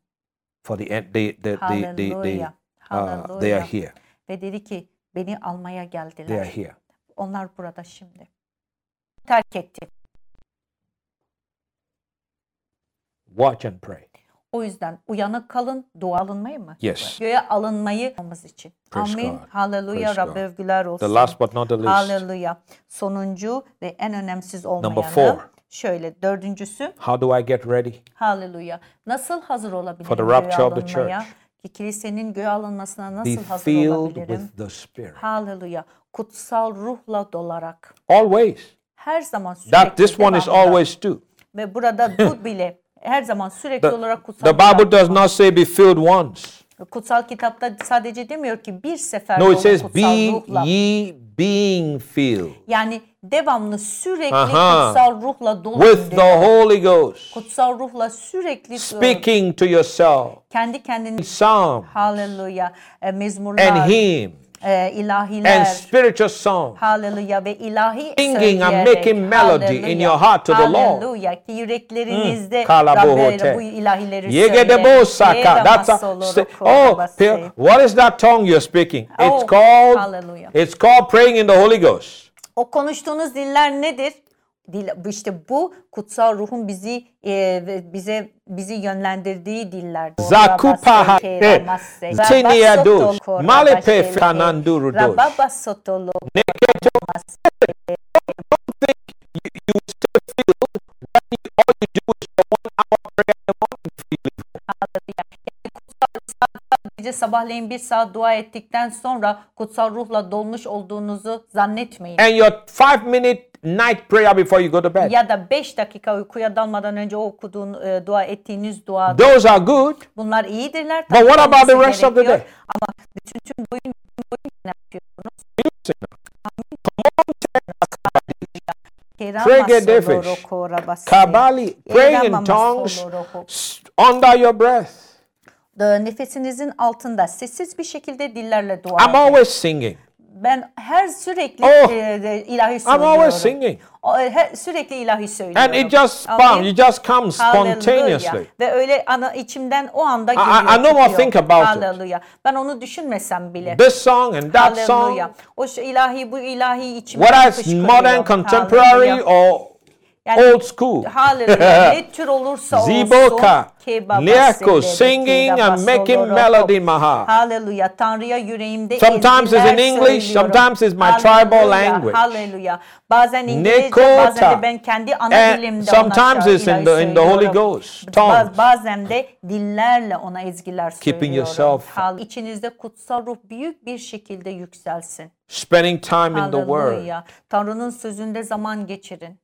S1: for the end. They, they, they, they, they,
S2: Hallelujah.
S1: uh, they are
S2: Hallelujah.
S1: here.
S2: Ve dedi ki beni almaya
S1: They are
S2: geldiler.
S1: here.
S2: Onlar burada şimdi. Terk etti.
S1: Watch and pray.
S2: O yüzden uyanık kalın, dua alınmayı mı?
S1: Yes.
S2: Göğe alınmayı almamız için.
S1: Praise
S2: Amin.
S1: God.
S2: Haleluya.
S1: Praise
S2: Rabbe
S1: God.
S2: övgüler olsun.
S1: The last but not the least.
S2: Haleluya. Sonuncu ve en önemsiz
S1: four.
S2: olmayanı. Şöyle dördüncüsü.
S1: How do I get ready?
S2: Haleluya. Nasıl hazır olabilirim
S1: For the
S2: göğe
S1: rapture of the
S2: alınmaya?
S1: church.
S2: Ki kilisenin göğe alınmasına
S1: Be
S2: nasıl hazır
S1: filled
S2: olabilirim?
S1: with the Spirit.
S2: Haleluya. Kutsal ruhla dolarak.
S1: Always.
S2: Her zaman sürekli
S1: That this one is
S2: devamlı.
S1: always too.
S2: Ve burada bu bile her zaman sürekli olarak kutsal
S1: The Bible
S2: kitap-
S1: does not say be filled once.
S2: kutsal kitapta sadece demiyor ki bir sefer
S1: No,
S2: olun
S1: it says
S2: kutsal
S1: be
S2: ruhla.
S1: ye being filled
S2: Yani devamlı sürekli
S1: Aha.
S2: kutsal ruhla dolu.
S1: with the Holy Ghost,
S2: Kutsal ruhla sürekli e,
S1: speaking to yourself,
S2: kendi kendine
S1: psalm
S2: haleluya e, mezmurlar,
S1: and hymn
S2: e,
S1: and
S2: ilahiler,
S1: spiritual song.
S2: haleluya ve ilahi
S1: Singing and
S2: söyleyerek,
S1: making melody in
S2: hallelujah,
S1: your heart to the Lord. Hmm,
S2: hallelujah, ki yüreklerinizde
S1: kalabohote.
S2: Rabbe bu ilahileri
S1: Yegedebosaka.
S2: söyle.
S1: That's a,
S2: Yedamasolo
S1: st- oh,
S2: rokorobase.
S1: pe- what is that tongue you're speaking? It's
S2: Oh,
S1: called
S2: hallelujah.
S1: it's called praying in the Holy Ghost.
S2: O konuştuğunuz diller nedir? Dil, bu işte bu kutsal ruhun bizi e, ve bize bizi yönlendirdiği diller.
S1: Zakupaha- Eh, Ziniados, Malepe Fernanduru dos.
S2: Rababasotolo. Gece sabahleyin bir saat dua ettikten sonra kutsal ruhla dolmuş olduğunuzu zannetmeyin.
S1: And your five minute night prayer before you go to bed.
S2: Ya da 5 dakika uykuya dalmadan önce o okuduğun e, dua ettiğiniz dua
S1: Those are good.
S2: bunlar iyidirler.
S1: But what
S2: tabii
S1: about the
S2: olması
S1: rest of the
S2: gerekiyor.
S1: day?
S2: Ama bütün tüm boyun bütün boyun ne yapıyorsunuz? Kerama
S1: Prege
S2: solo
S1: defesh.
S2: roko rabase.
S1: Kabali, praying in
S2: Eramama
S1: tongues
S2: solo roko.
S1: s- under your breath.
S2: E, Nefesinizin altında sessiz bir şekilde dillerle dua
S1: I'm
S2: edin.
S1: always singing.
S2: Ben her sürekli
S1: Oh,
S2: e, de- ilahi
S1: I'm
S2: söylüyorum.
S1: always singing.
S2: O, e, her- sürekli ilahi söylüyorum.
S1: And it just
S2: Amin.
S1: bam, it just comes
S2: Hallelujah.
S1: spontaneously.
S2: Ve öyle ana içimden o anda
S1: I-
S2: geliyor.
S1: I no more
S2: çıkıyor.
S1: think about it.
S2: Hallelujah. Ben onu düşünmesem bile.
S1: This song and that
S2: Hallelujah.
S1: song,
S2: O şu ilahi bu ilahi içimden
S1: whether it's
S2: fışkırıyor.
S1: modern, contemporary,
S2: Hallelujah.
S1: or
S2: Yani-
S1: old school.
S2: Hallelujah. ne tür olursa olsun.
S1: Ziboka,
S2: Kebaba
S1: Liako,
S2: sebebi,
S1: singing
S2: kebaba
S1: and making
S2: soloroko.
S1: melody in my heart.
S2: Hallelujah. Tanrı'ya yüreğimde
S1: Sometimes it's in
S2: ezgiler
S1: English,
S2: söylüyorum.
S1: sometimes it's my tribal
S2: Hallelujah,
S1: language.
S2: Hallelujah. Bazen İngilizce, bazen
S1: Nekota.
S2: de ben kendi ana
S1: And
S2: dilimde
S1: Eh, sometimes
S2: ona
S1: it's in
S2: ilahi
S1: the- in the Holy
S2: söylüyorum.
S1: Ghost,
S2: Ba-
S1: tongues.
S2: Bazen de dillerle ona ezgiler söylüyorum.
S1: yourself-
S2: Hall- İçinizde kutsal ruh büyük bir şekilde yükselsin.
S1: Spending time in the Word
S2: Hallelujah. Tanrı'nın sözünde zaman geçirin.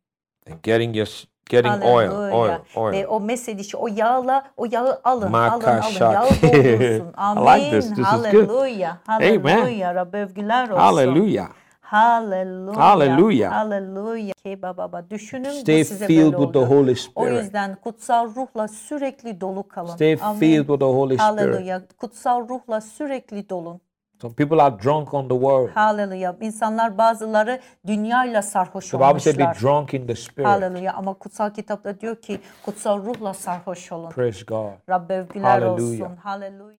S1: and getting your s- getting oil,
S2: Hallelujah.
S1: oil, oil.
S2: Ve o mesedişi, o yağla, o yağı alın, alın, alın.
S1: Makaşak.
S2: Yağı doldursun.
S1: I
S2: Amin.
S1: like this. This is good.
S2: Hallelujah. Hallelujah. Rabbe övgüler olsun.
S1: Hallelujah.
S2: Hallelujah.
S1: Hallelujah.
S2: Hallelujah. Ki baba düşünün
S1: Stay
S2: bu size böyle
S1: filled with the
S2: oldu.
S1: Holy
S2: O
S1: Spirit.
S2: yüzden kutsal ruhla sürekli dolu kalın.
S1: Stay
S2: Amin.
S1: filled with the Holy Spirit.
S2: Hallelujah. Kutsal ruhla sürekli dolun.
S1: Some people are drunk on the Word.
S2: Hallelujah. İnsanlar bazıları dünyayla sarhoş
S1: The Bible said, be
S2: olmuşlar.
S1: drunk in the Spirit.
S2: Hallelujah. Ama kutsal kitapta diyor ki kutsal ruhla sarhoş olun.
S1: Praise God.
S2: Rabbe övgüler
S1: Hallelujah.
S2: olsun. Hallelujah.